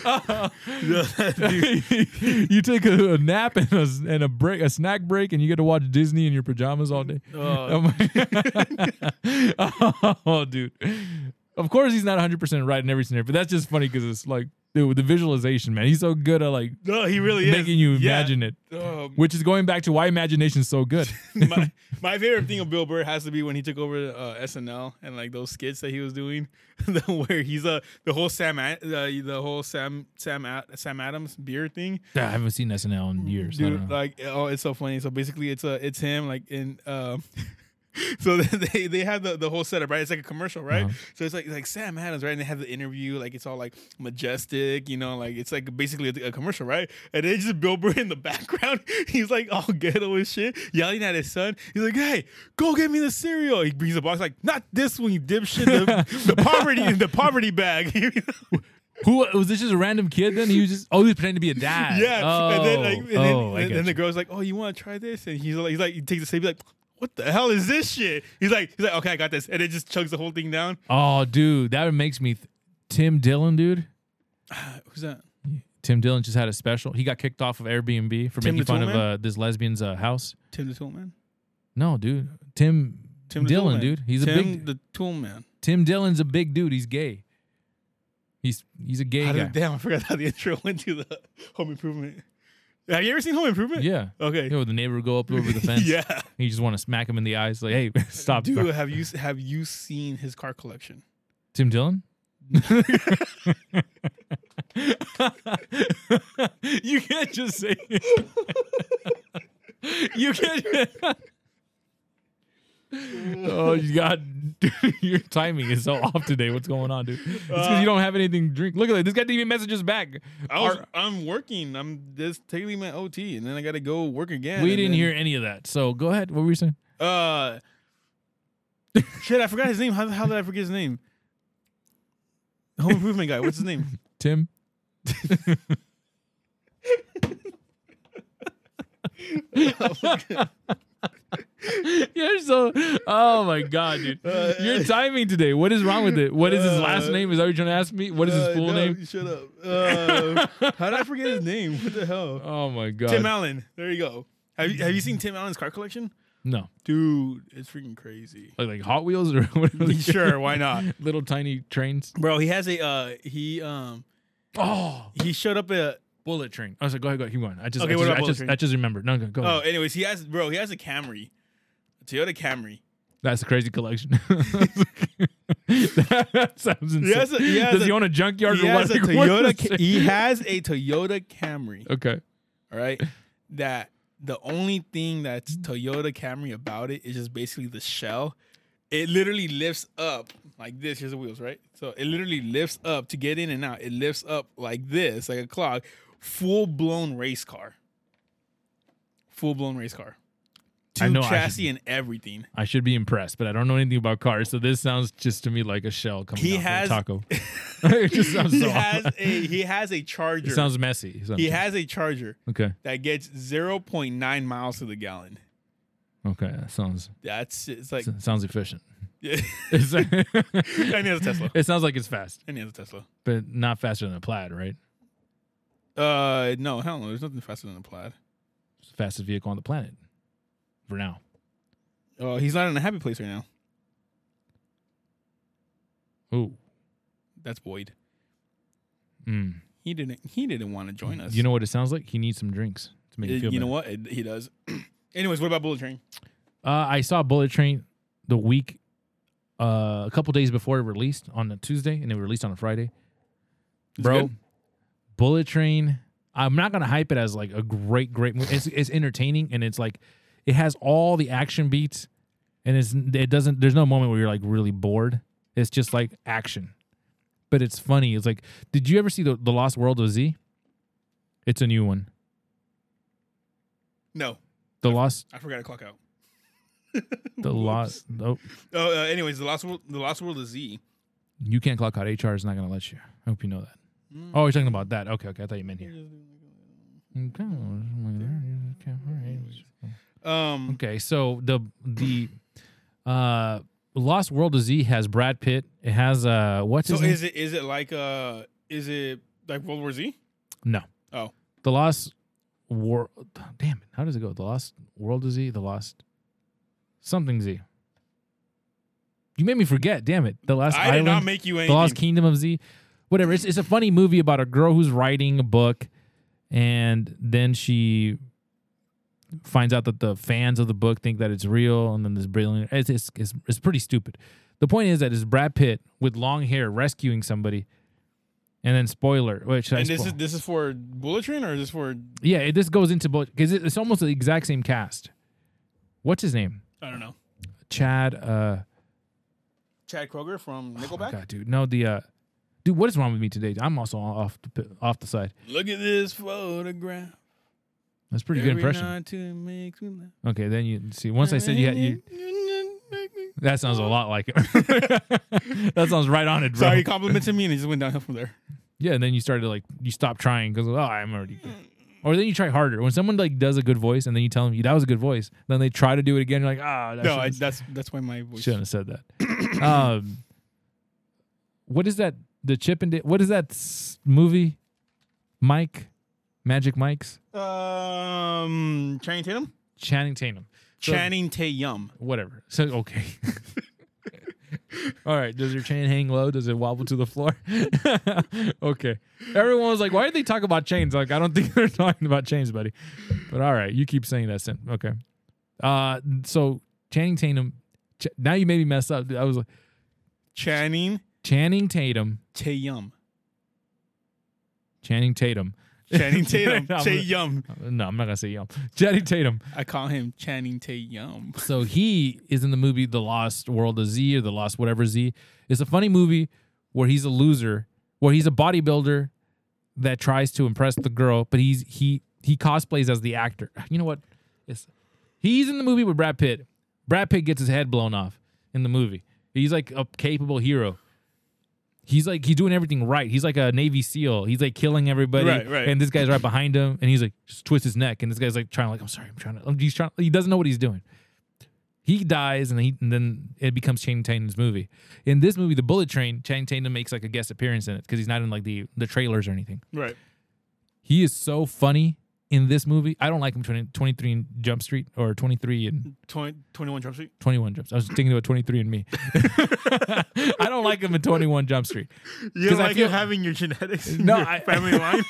take a, a nap and a, and a break, a snack break, and you get to watch Disney in your pajamas all day. [laughs] oh, I'm like- oh, dude. Of course, he's not 100 percent right in every scenario, but that's just funny because it's like Dude, the visualization, man. He's so good at like No, he really is making you Yeah. imagine it. Um, Which is going back to why imagination's so good. my, my favorite thing of Bill Burr has to be when he took over uh, SNL and like those skits that he was doing, [laughs] the- where he's uh, the whole Sam Ad- uh, the whole Sam Sam Ad- Sam Adams beer thing. [laughs] I haven't seen SNL in years. I don't Mm, Dude, know. like oh, it's so funny. So basically, it's uh, it's him like in. Uh, [laughs] So [laughs] they they have the, the whole setup right. It's like a commercial, right? Uh-huh. So it's like like Sam Adams, right? And they have the interview, like it's all like majestic, you know, like it's like basically a, a commercial, right? And then just Bill Burr in the [laughs] background, he's like all ghetto and shit, yelling at his son. He's like, "Hey, go get me the cereal." He brings a box, like not this one, you dipshit, the, the poverty the poverty bag. [laughs] Who was this? Just a random kid? Then he was just oh, he was pretending to be a [laughs] dad. Yeah, Oh, and then like, and then, oh, I and get then the you. girl's like, "Oh, you want to try this?" And he's like, he's like, he takes the same, he's like, "What the hell is this shit?" He's like, he's like, "Okay, I got this," and it just chugs the whole thing down. oh, dude, that makes me. Th- Tim Dillon, dude. Uh, Who's that? Tim Dillon just had a special. He got kicked off of Airbnb for Tim the making fun Tool of Man? uh, this lesbian's uh, house. Tim the Tool Man. No, dude, Tim, Tim the Tool Dillon, Man. dude. He's Tim a big. the Tool Man. Tim Dillon's a big dude. He's gay. He's he's a gay How guy. did, damn, I forgot how the [laughs] intro went to the Home Improvement. Have you ever seen Home Improvement? yeah. Okay. You know, the neighbor would go up over [laughs] the fence. yeah. You just want to smack him in the eyes, like, "Hey, [laughs] stop, Dude, bro." have you have you seen his car collection? Tim [laughs] Dillon. you can't just say. you can't. oh, you got your timing is so off today. What's going on, dude? It's because you don't have anything to drink. Look at that. This guy didn't even message us back. I was, Our- I'm working. I'm just taking my OT, and then I got to go work again. we and didn't then- hear any of that. So go ahead. What were you saying? Uh, [laughs] shit, I forgot his name. How the hell did I forget his name? Home Improvement guy. What's his name? Tim. You're so. Oh my god, dude! Your timing today. What is wrong with it? What is his last Uh, name? Is that what you're trying to ask me? What is [laughs] his full name? Shut up. Uh, how did I forget his name? What the hell? Oh my god. Tim Allen. There you go. Have you, have you seen Tim Allen's car collection? no, Dude, it's freaking crazy. like like Hot Wheels or [laughs] whatever. [laughs] sure, why not? [laughs] Little tiny trains. Bro, he has a uh he um Oh, he showed up at bullet train. I was like, go ahead, go ahead, keep going. I just, Okay, I, what just about I bullet just, train? I just remembered. No, go. go Oh, ahead. anyways, he has bro, he has a Camry. A Toyota Camry. That's a crazy collection. [laughs] that sounds insane. has a- he has Does he a- own a junkyard He or has what? a [laughs] Like, what Toyota is Ca- it? he has a Toyota Camry. okay. all right [laughs] that the only thing that's toyota camry about it is just basically the shell it literally lifts up like this here's the wheels right so it literally lifts up to get in and out it lifts up like this like a clock full blown race car full blown race car two I know I should- chassis and everything I should be impressed, but I don't know anything about cars, so this sounds just to me like a shell coming He out of has- [laughs] a taco. [laughs] it just sounds he [laughs] so has [laughs] a he has a charger It sounds messy. It sounds- he has a charger okay. that gets 0.9 miles to the gallon Okay, that sounds that's it's like so- sounds efficient. [laughs] [laughs] and It's- it he has a tesla sounds like it's fast, and he has a tesla but not faster than a plaid, right? Uh, no, hell no. There's nothing faster than a plaid. It's the fastest vehicle on the planet for now. Oh, he's not in a happy place right now. Ooh, That's Boyd. Mm. He didn't. He didn't want to join us. you know what it sounds like? He needs some drinks to make Uh, him feel you know better. what? It- he does. [clears throat] Anyways, what about Bullet Train? Uh, I saw Bullet Train the week, uh, a couple days before it released on a Tuesday, and it released on a Friday. It's Bro, good. Bullet Train. I'm not gonna hype it as like a great, great movie. It's, it's entertaining and it's like it has all the action beats, and it's it doesn't. There's no moment where you're like really bored. It's just like action, but it's funny. It's like, did you ever see the, the Lost World of Z? It's a new one. No, The Lost, I forgot to clock out. the Lost. Oh, Oh, uh, anyways, the Lost World. The Lost World is Z. You can't clock out. HR is not going to let you. I hope you know that. Mm. Oh, you're talking about that. Okay, okay. I thought you meant here. Okay, all right. Um, Okay, so the the uh, Lost World of Z has Brad Pitt. It has uh, what's so his name? is it is it like uh is it like World War Z? no, Oh, the Lost War. Damn it! How does it go? The Lost World of Z. The Lost something Z. You made me forget. Damn it! The Last I Island. did not make you the Lost anything. Kingdom of Z. whatever. It's, it's a funny movie about a girl who's writing a book, and then she finds out that the fans of the book think that it's real, and then this brilliant. It's it's it's, it's pretty stupid. The point is that it's Brad Pitt with long hair rescuing somebody, and then spoiler. Wait, should I And this spoil? is this is for Bullet Train or is this for yeah, it, this goes into both because it, it's almost the exact same cast. What's his name? I don't know Chad. Uh, Chad Kroger from Nickelback? Oh God, dude, no, the uh, dude, what is wrong with me today? I'm also off the pi- off the side. Look at this photograph. That's pretty good impression. Okay, then you see. Once I said you had, you, that sounds a lot like it. [laughs] that sounds right on it, [laughs] bro. Sorry, he complimented me and it just went downhill from there. yeah, and then you started like you stop trying because oh, I'm already. Good. Or then you try harder. When someone like does a good voice and then you tell them that was a good voice, then they try to do it again. You're like, ah, that No, I, shouldn't- that's that's why my voice. Shouldn't have said that. [coughs] um, what is that? The Chip and Dale, what is that s- movie? Mike, Magic Mike's Um, Channing Tatum. Channing Tatum. So- Channing Tatum. whatever. So okay. All right. Does your chain hang low? Does it wobble to the floor? [laughs] okay. Everyone was like, "Why did they talk about chains?" Like, I don't think [laughs] they're talking about chains, buddy. But all right, you keep saying that. Sin. Okay. Uh, so Channing Tatum. Ch- now you made me mess up. I was like, Channing Channing Tatum. [laughs] Tatum. Channing Tatum. Channing Tatum. [laughs] I'm- Tatum. No, I'm not gonna say yum. [laughs] Channing Tatum. I call him Channing Tatum. So he is in the movie The Lost World of Z or The Lost Whatever Z. It's a funny movie where he's a loser, where he's a bodybuilder that tries to impress the girl, but he's he he cosplays as the actor. [sighs] You know what? It's, he's in the movie with Brad Pitt. Brad Pitt gets his head blown off in the movie. He's like a capable hero. He's like he's doing everything right. He's like a Navy SEAL. He's like killing everybody, Right, right. and this guy's right behind him, and he's like just twist his neck, and this guy's like trying like I'm sorry, I'm trying to. He's trying. He doesn't know what he's doing he dies and, he, and then it becomes Channing Tatum's movie. In this movie, The Bullet Train, Channing Tatum makes like a guest appearance in it because he's not in like the, the trailers or anything. Right. He is so funny in this movie. I don't like him 20, 23 in Jump Street or 23 and 20, 21 Jump Street. 21 Jump Street. I was thinking about 23 and me. [laughs] I don't like him in 21 Jump Street. You 'Cause I like you feel- having your genetics in No, your I- [laughs] family line?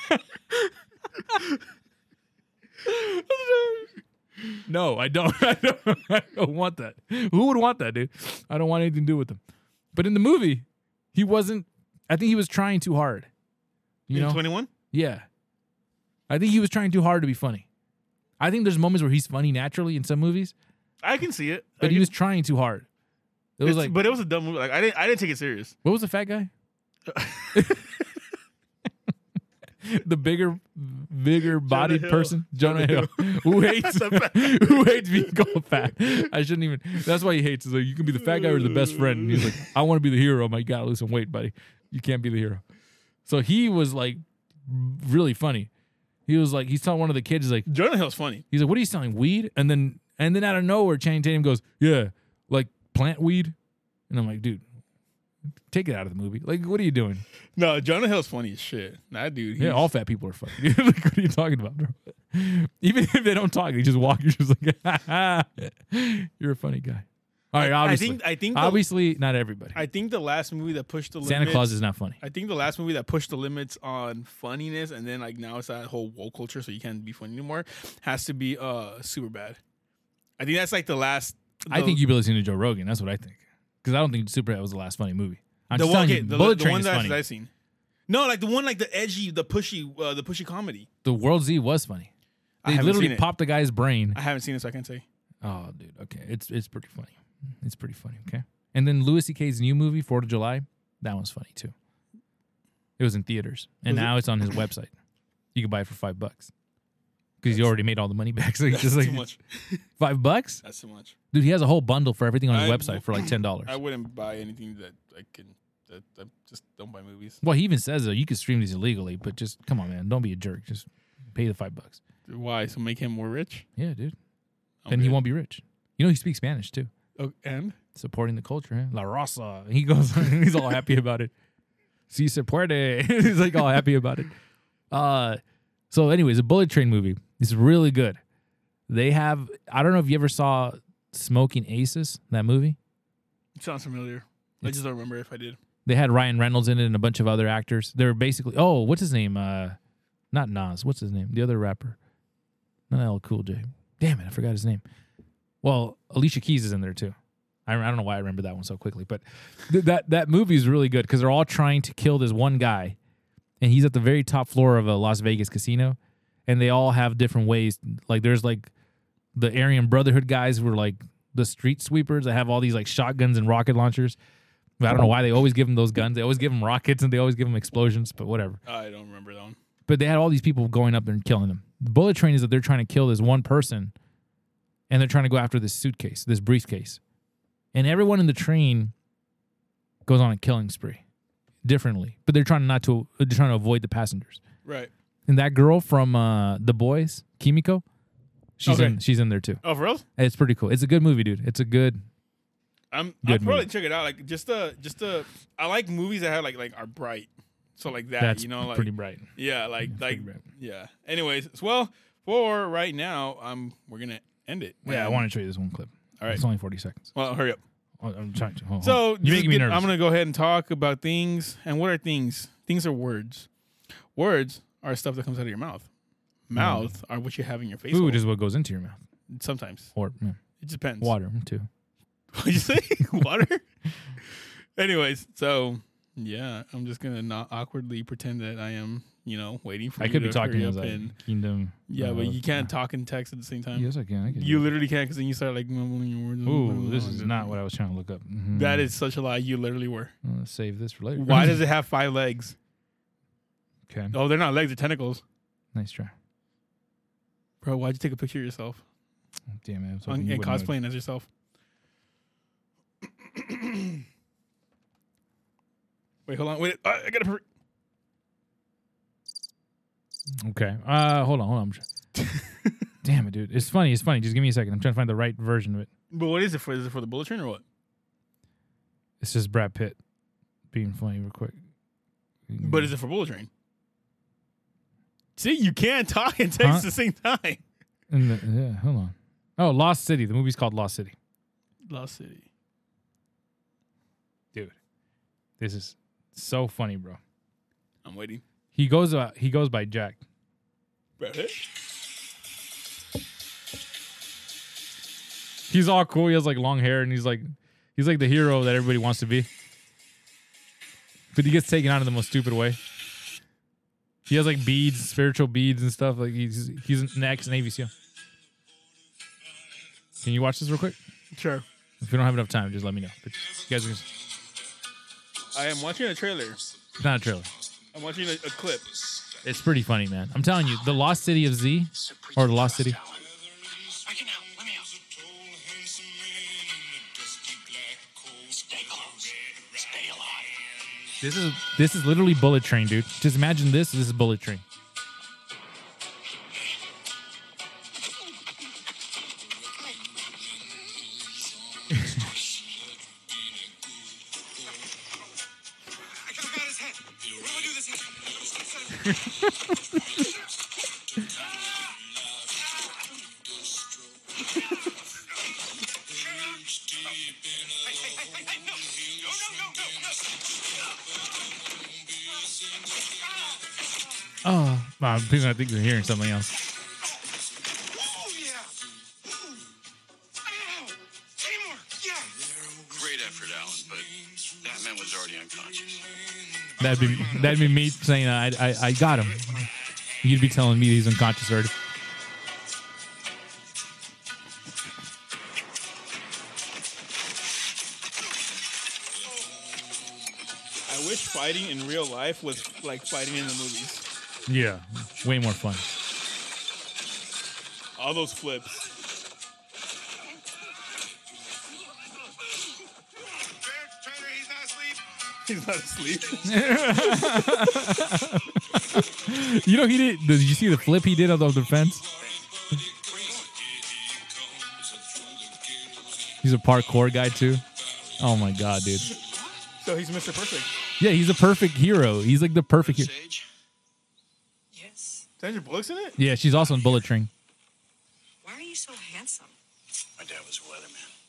No, I don't. [laughs] I don't. I don't want that. Who would want that, dude? I don't want anything to do with him. But in the movie, he wasn't. I think he was trying too hard. You know, 21? Yeah. I think he was trying too hard to be funny. I think there's moments where he's funny naturally in some movies, I can see it. but I he can- was trying too hard. It was it's- like, but it was a dumb movie. Like I didn't, I didn't take it serious. what was the fat guy? [laughs] the bigger, bigger bodied Hill. person, Jonah Hill, who [laughs] hates who hates being called fat. I shouldn't even. That's why he hates. Is like you can be the fat guy or the best friend. And he's like, I want to be the hero. I'm like, gotta lose some weight, buddy. You can't be the hero. So he was like, really funny. He was like, he's telling one of the kids, he's like, Jonah Hill's funny. He's like, "What are you selling? Weed?" And then and then out of nowhere, Channing Tatum goes, "Yeah, like plant weed." And I'm like, "Dude, take it out of the movie. Like, what are you doing? No, Jonah Hill's funny as shit. That dude. Yeah, he's- all fat people are fucking. [laughs] dude. like, what are you talking about, bro? [laughs] Even if they don't talk, they just walk. [laughs] You're just like, [laughs] "Ha, ha, ha." you're a funny guy. All right, I obviously, think. I think. The, obviously, not everybody. I think the last movie that pushed the Santa limits, Claus is not funny. I think the last movie that pushed the limits on funniness, and then like now it's that whole woke culture, so you can't be funny anymore, has to be uh super bad. I think that's like the last. I the- think you'd be listening to Joe Rogan. That's what I think. Because I don't think Superhead was the last funny movie. I'm the just one, telling okay, you, the, Bullet the Train one is that funny. that I've seen. No, like the one like the edgy, the pushy, uh, the pushy comedy. the World Z was funny. I They haven't literally seen it. popped the guy's brain. I haven't seen it, so I can't say. Oh, dude. Okay, it's it's pretty funny. It's pretty funny. Okay. And then Louis C.K.'s new movie, Fourth of July, that one's funny too. It was in theaters, and Was it? now it's on his website. You can buy it for five bucks because he already made all the money back. So he's [laughs] just like too much. five bucks, That's too much. dude. He has a whole bundle for everything on his I- website for like ten dollars. I wouldn't buy anything that I can. That I just don't buy movies. Well, he even says though you can stream these illegally, but just come on, man, don't be a jerk. Just pay the five bucks. Why? So make him more rich. Yeah, dude. I'm Then he good. won't be rich. You know he speaks Spanish too. Oh, and supporting the culture, huh? La Rosa. He goes, [laughs] he's all happy about it. [laughs] Si se puede. [laughs] he's like all happy about it. Uh, so, anyways, a Bullet Train movie. It's really good. They have, I don't know if you ever saw Smoking Aces, that movie. sounds familiar. I It's- just don't remember if I did. They had Ryan Reynolds in it and a bunch of other actors. They were basically oh, what's his name? Uh, not Nas. What's his name? The other rapper, not L Cool J. Damn it, I forgot his name. Well, Alicia Keys is in there too. I, I don't know why I remember that one so quickly, but th- that that movie is really good because they're all trying to kill this one guy, and he's at the very top floor of a Las Vegas casino, and they all have different ways. Like there's like the Aryan Brotherhood guys who are like the street sweepers that have all these like shotguns and rocket launchers. I don't know why they always give them those guns. They always give them rockets and they always give them explosions, but whatever. I don't remember that one. But they had all these people going up there and killing them. The bullet train is that they're trying to kill this one person and they're trying to go after this suitcase, this briefcase. And everyone in the train goes on a killing spree differently, but they're trying not to, they're trying to avoid the passengers. Right. And that girl from uh, The Boys, Kimiko, she's Okay. in, she's in there too. Oh, for real? It's pretty cool. It's a good movie, dude. It's a good. I'm I'll Good movie. probably check it out. Like just the just the I like movies that have like like are bright. So like that, That's you know, like pretty bright. yeah, like like pretty bright. yeah. Anyways, so, well, for right now, um, we're gonna end it. Yeah, I Um, want to show you this one clip. All right. it's only forty seconds. Well, hurry up. Oh, I'm trying to. hold So on. this you're is making me good. nervous. I'm gonna go ahead and talk about things. And what are things? Things are words. Words are stuff that comes out of your mouth. Hmm. Mouth are what you have in your face. Food is what goes into your mouth, sometimes or yeah, it depends. water too. [laughs] What'd you say? Water? Anyways, so yeah, I'm just gonna not awkwardly pretend that I am, you know, waiting for I Uh, you could be to talking hurry as up like and kingdom. yeah, but of- you can't talk and text at the same time. Yes, I can. I can. You literally can't because then you start like mumbling your words. Ooh, this is not what I was trying to look up. Mhm. That is such a lie. You literally were. Well, Let's save this for later. Why [laughs] does it have five legs? Okay. Oh, they're not legs; they're tentacles. Nice try. Bro, why'd you take a picture of yourself Damn it. I was hoping on, you and wouldn't notice. cosplaying as yourself? [coughs] wait, hold on. Wait, uh, I, I gotta. pre- Okay. Uh, hold on. Hold on. I'm try- [laughs] Damn it, dude. It's funny. It's funny. Just give me a second. I'm trying to find the right version of it. But what is it for? Is it for the bullet train or what? It's just Brad Pitt being funny real quick. But is it for bullet train? See, you can talk and text Huh? at the same time. And the, yeah, hold on. Oh, Lost City. The movie's called Lost City. Lost City. Dude, this is so funny, bro. I'm waiting. He goes. Uh, he goes by Jack. Brad Pitt? He's all cool. He has like long hair, and he's like, he's like the hero that everybody wants to be. But he gets taken out in the most stupid way. He has like beads, spiritual beads and stuff. Like he's he's an ex Navy SEAL. Can you watch this real quick? Sure. If we don't have enough time, just let me know. But you guys, are- I am watching a trailer. it's not a trailer. I'm watching a, a clip. It's pretty funny, man. I'm telling you, the Lost City of Z or the Lost City. I can help. Let me help. Stay close. Stay alive. This is this is literally Bullet Train, dude. Just imagine this. This is Bullet Train. I got I got his head. Let me do this [laughs] head. Oh, wow, people I think they're hearing something else. Oh yeah. Ow. Teamwork. Yeah. Great effort, Alan, but that man was already unconscious. That'd be that'd be me saying I I, I got him. You'd be telling me he's unconscious already. I wish fighting in real life was like fighting in the movies. Yeah, way more fun. All those flips. [laughs] Bear, trainer, he's not asleep. He's not asleep. You know he did. Did you see the flip he did on the defense? He's a parkour guy too. Oh my god, dude. So he's Mr. Perfect. Yeah, he's a perfect hero. He's like the perfect hero. Sage? Yes. Sandra Bullock's in it? [laughs] Yeah, she's also in Bullet [laughs] Train. Why are you so handsome? My dad was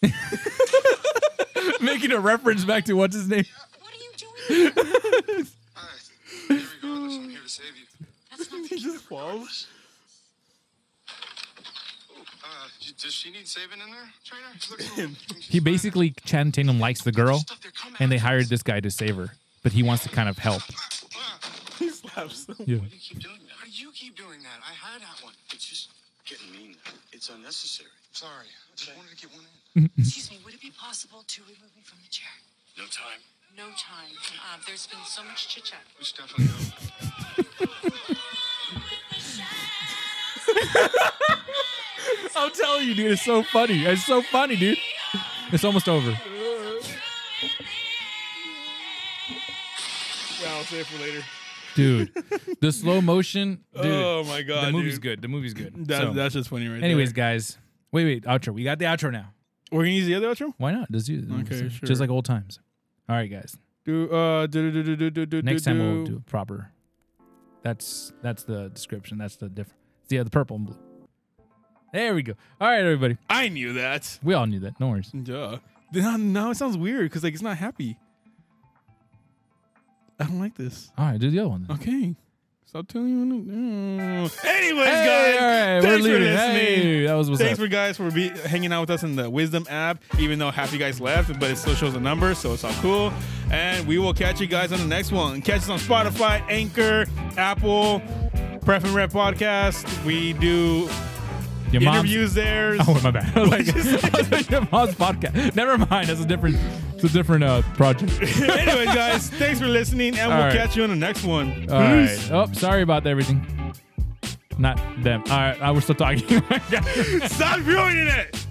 a weatherman. Making a reference back to what's his name. What are you doing Hi. Irregardless, I'm here to save you. he just falls. [laughs] Oh, uh, y- does she need saving in there, trainer? She looks a Damn. [laughs] little- He basically Channing Tatum likes the girl, Stuff, they're coming and they after hired us. this guy to save her, but he wants to kind of help. Ah, ah, He slaps him. Yeah. Why do you keep doing that? Why do you keep doing that? I had that one. It's just getting mean. now. It's unnecessary. Sorry, I just wanted to get one in. Excuse me, would it be possible to remove me from the chair? No time. No time. Uh, there's been so much chit chat. It's definitely not. I'm telling you, dude, it's so funny. It's so funny, dude. It's almost over. Yeah, I'll save for later. Dude, the slow motion. Dude, Oh my god, the movie's dude. good. The movie's good. That, So, That's just funny, right? anyways, there. guys, wait, wait, outro. We got the outro now. we're gonna use the other outro. Why not? Let's do it. Okay, sure. Just like old times. All right, guys. Do uh, do do do do do do. Next time we'll do it proper. That's that's the description. That's the different. Yeah, the purple and blue. There we go. All right, everybody. I knew that. We all knew that. No worries. Duh. Now, now it sounds weird because like it's not happy. I don't like this. All right, do the other one. Then. Okay. Stop telling you. when to- Mm. Anyways, Hey, guys, all right, thanks we're for leaving. listening. Hey, that was what's Thanks up. for guys for be, hanging out with us in the Wisdom app. Even though half you guys left, but it still shows the number, so it's all cool. And we will catch you guys on the next one. Catch us on Spotify, Anchor, Apple, Prep and Rep Podcast. We do Your mom's- interviews there. [laughs] Oh, my bad. I was like, What'd you say? I was like, your mom's podcast. Never mind. That's a different. It's a different uh, project. Anyways, guys, thanks for listening, and All we'll right. catch you on the next one. All right. Peace. Oh, sorry about everything. Not them. All right. I was still talking. [laughs] [laughs] Stop ruining it.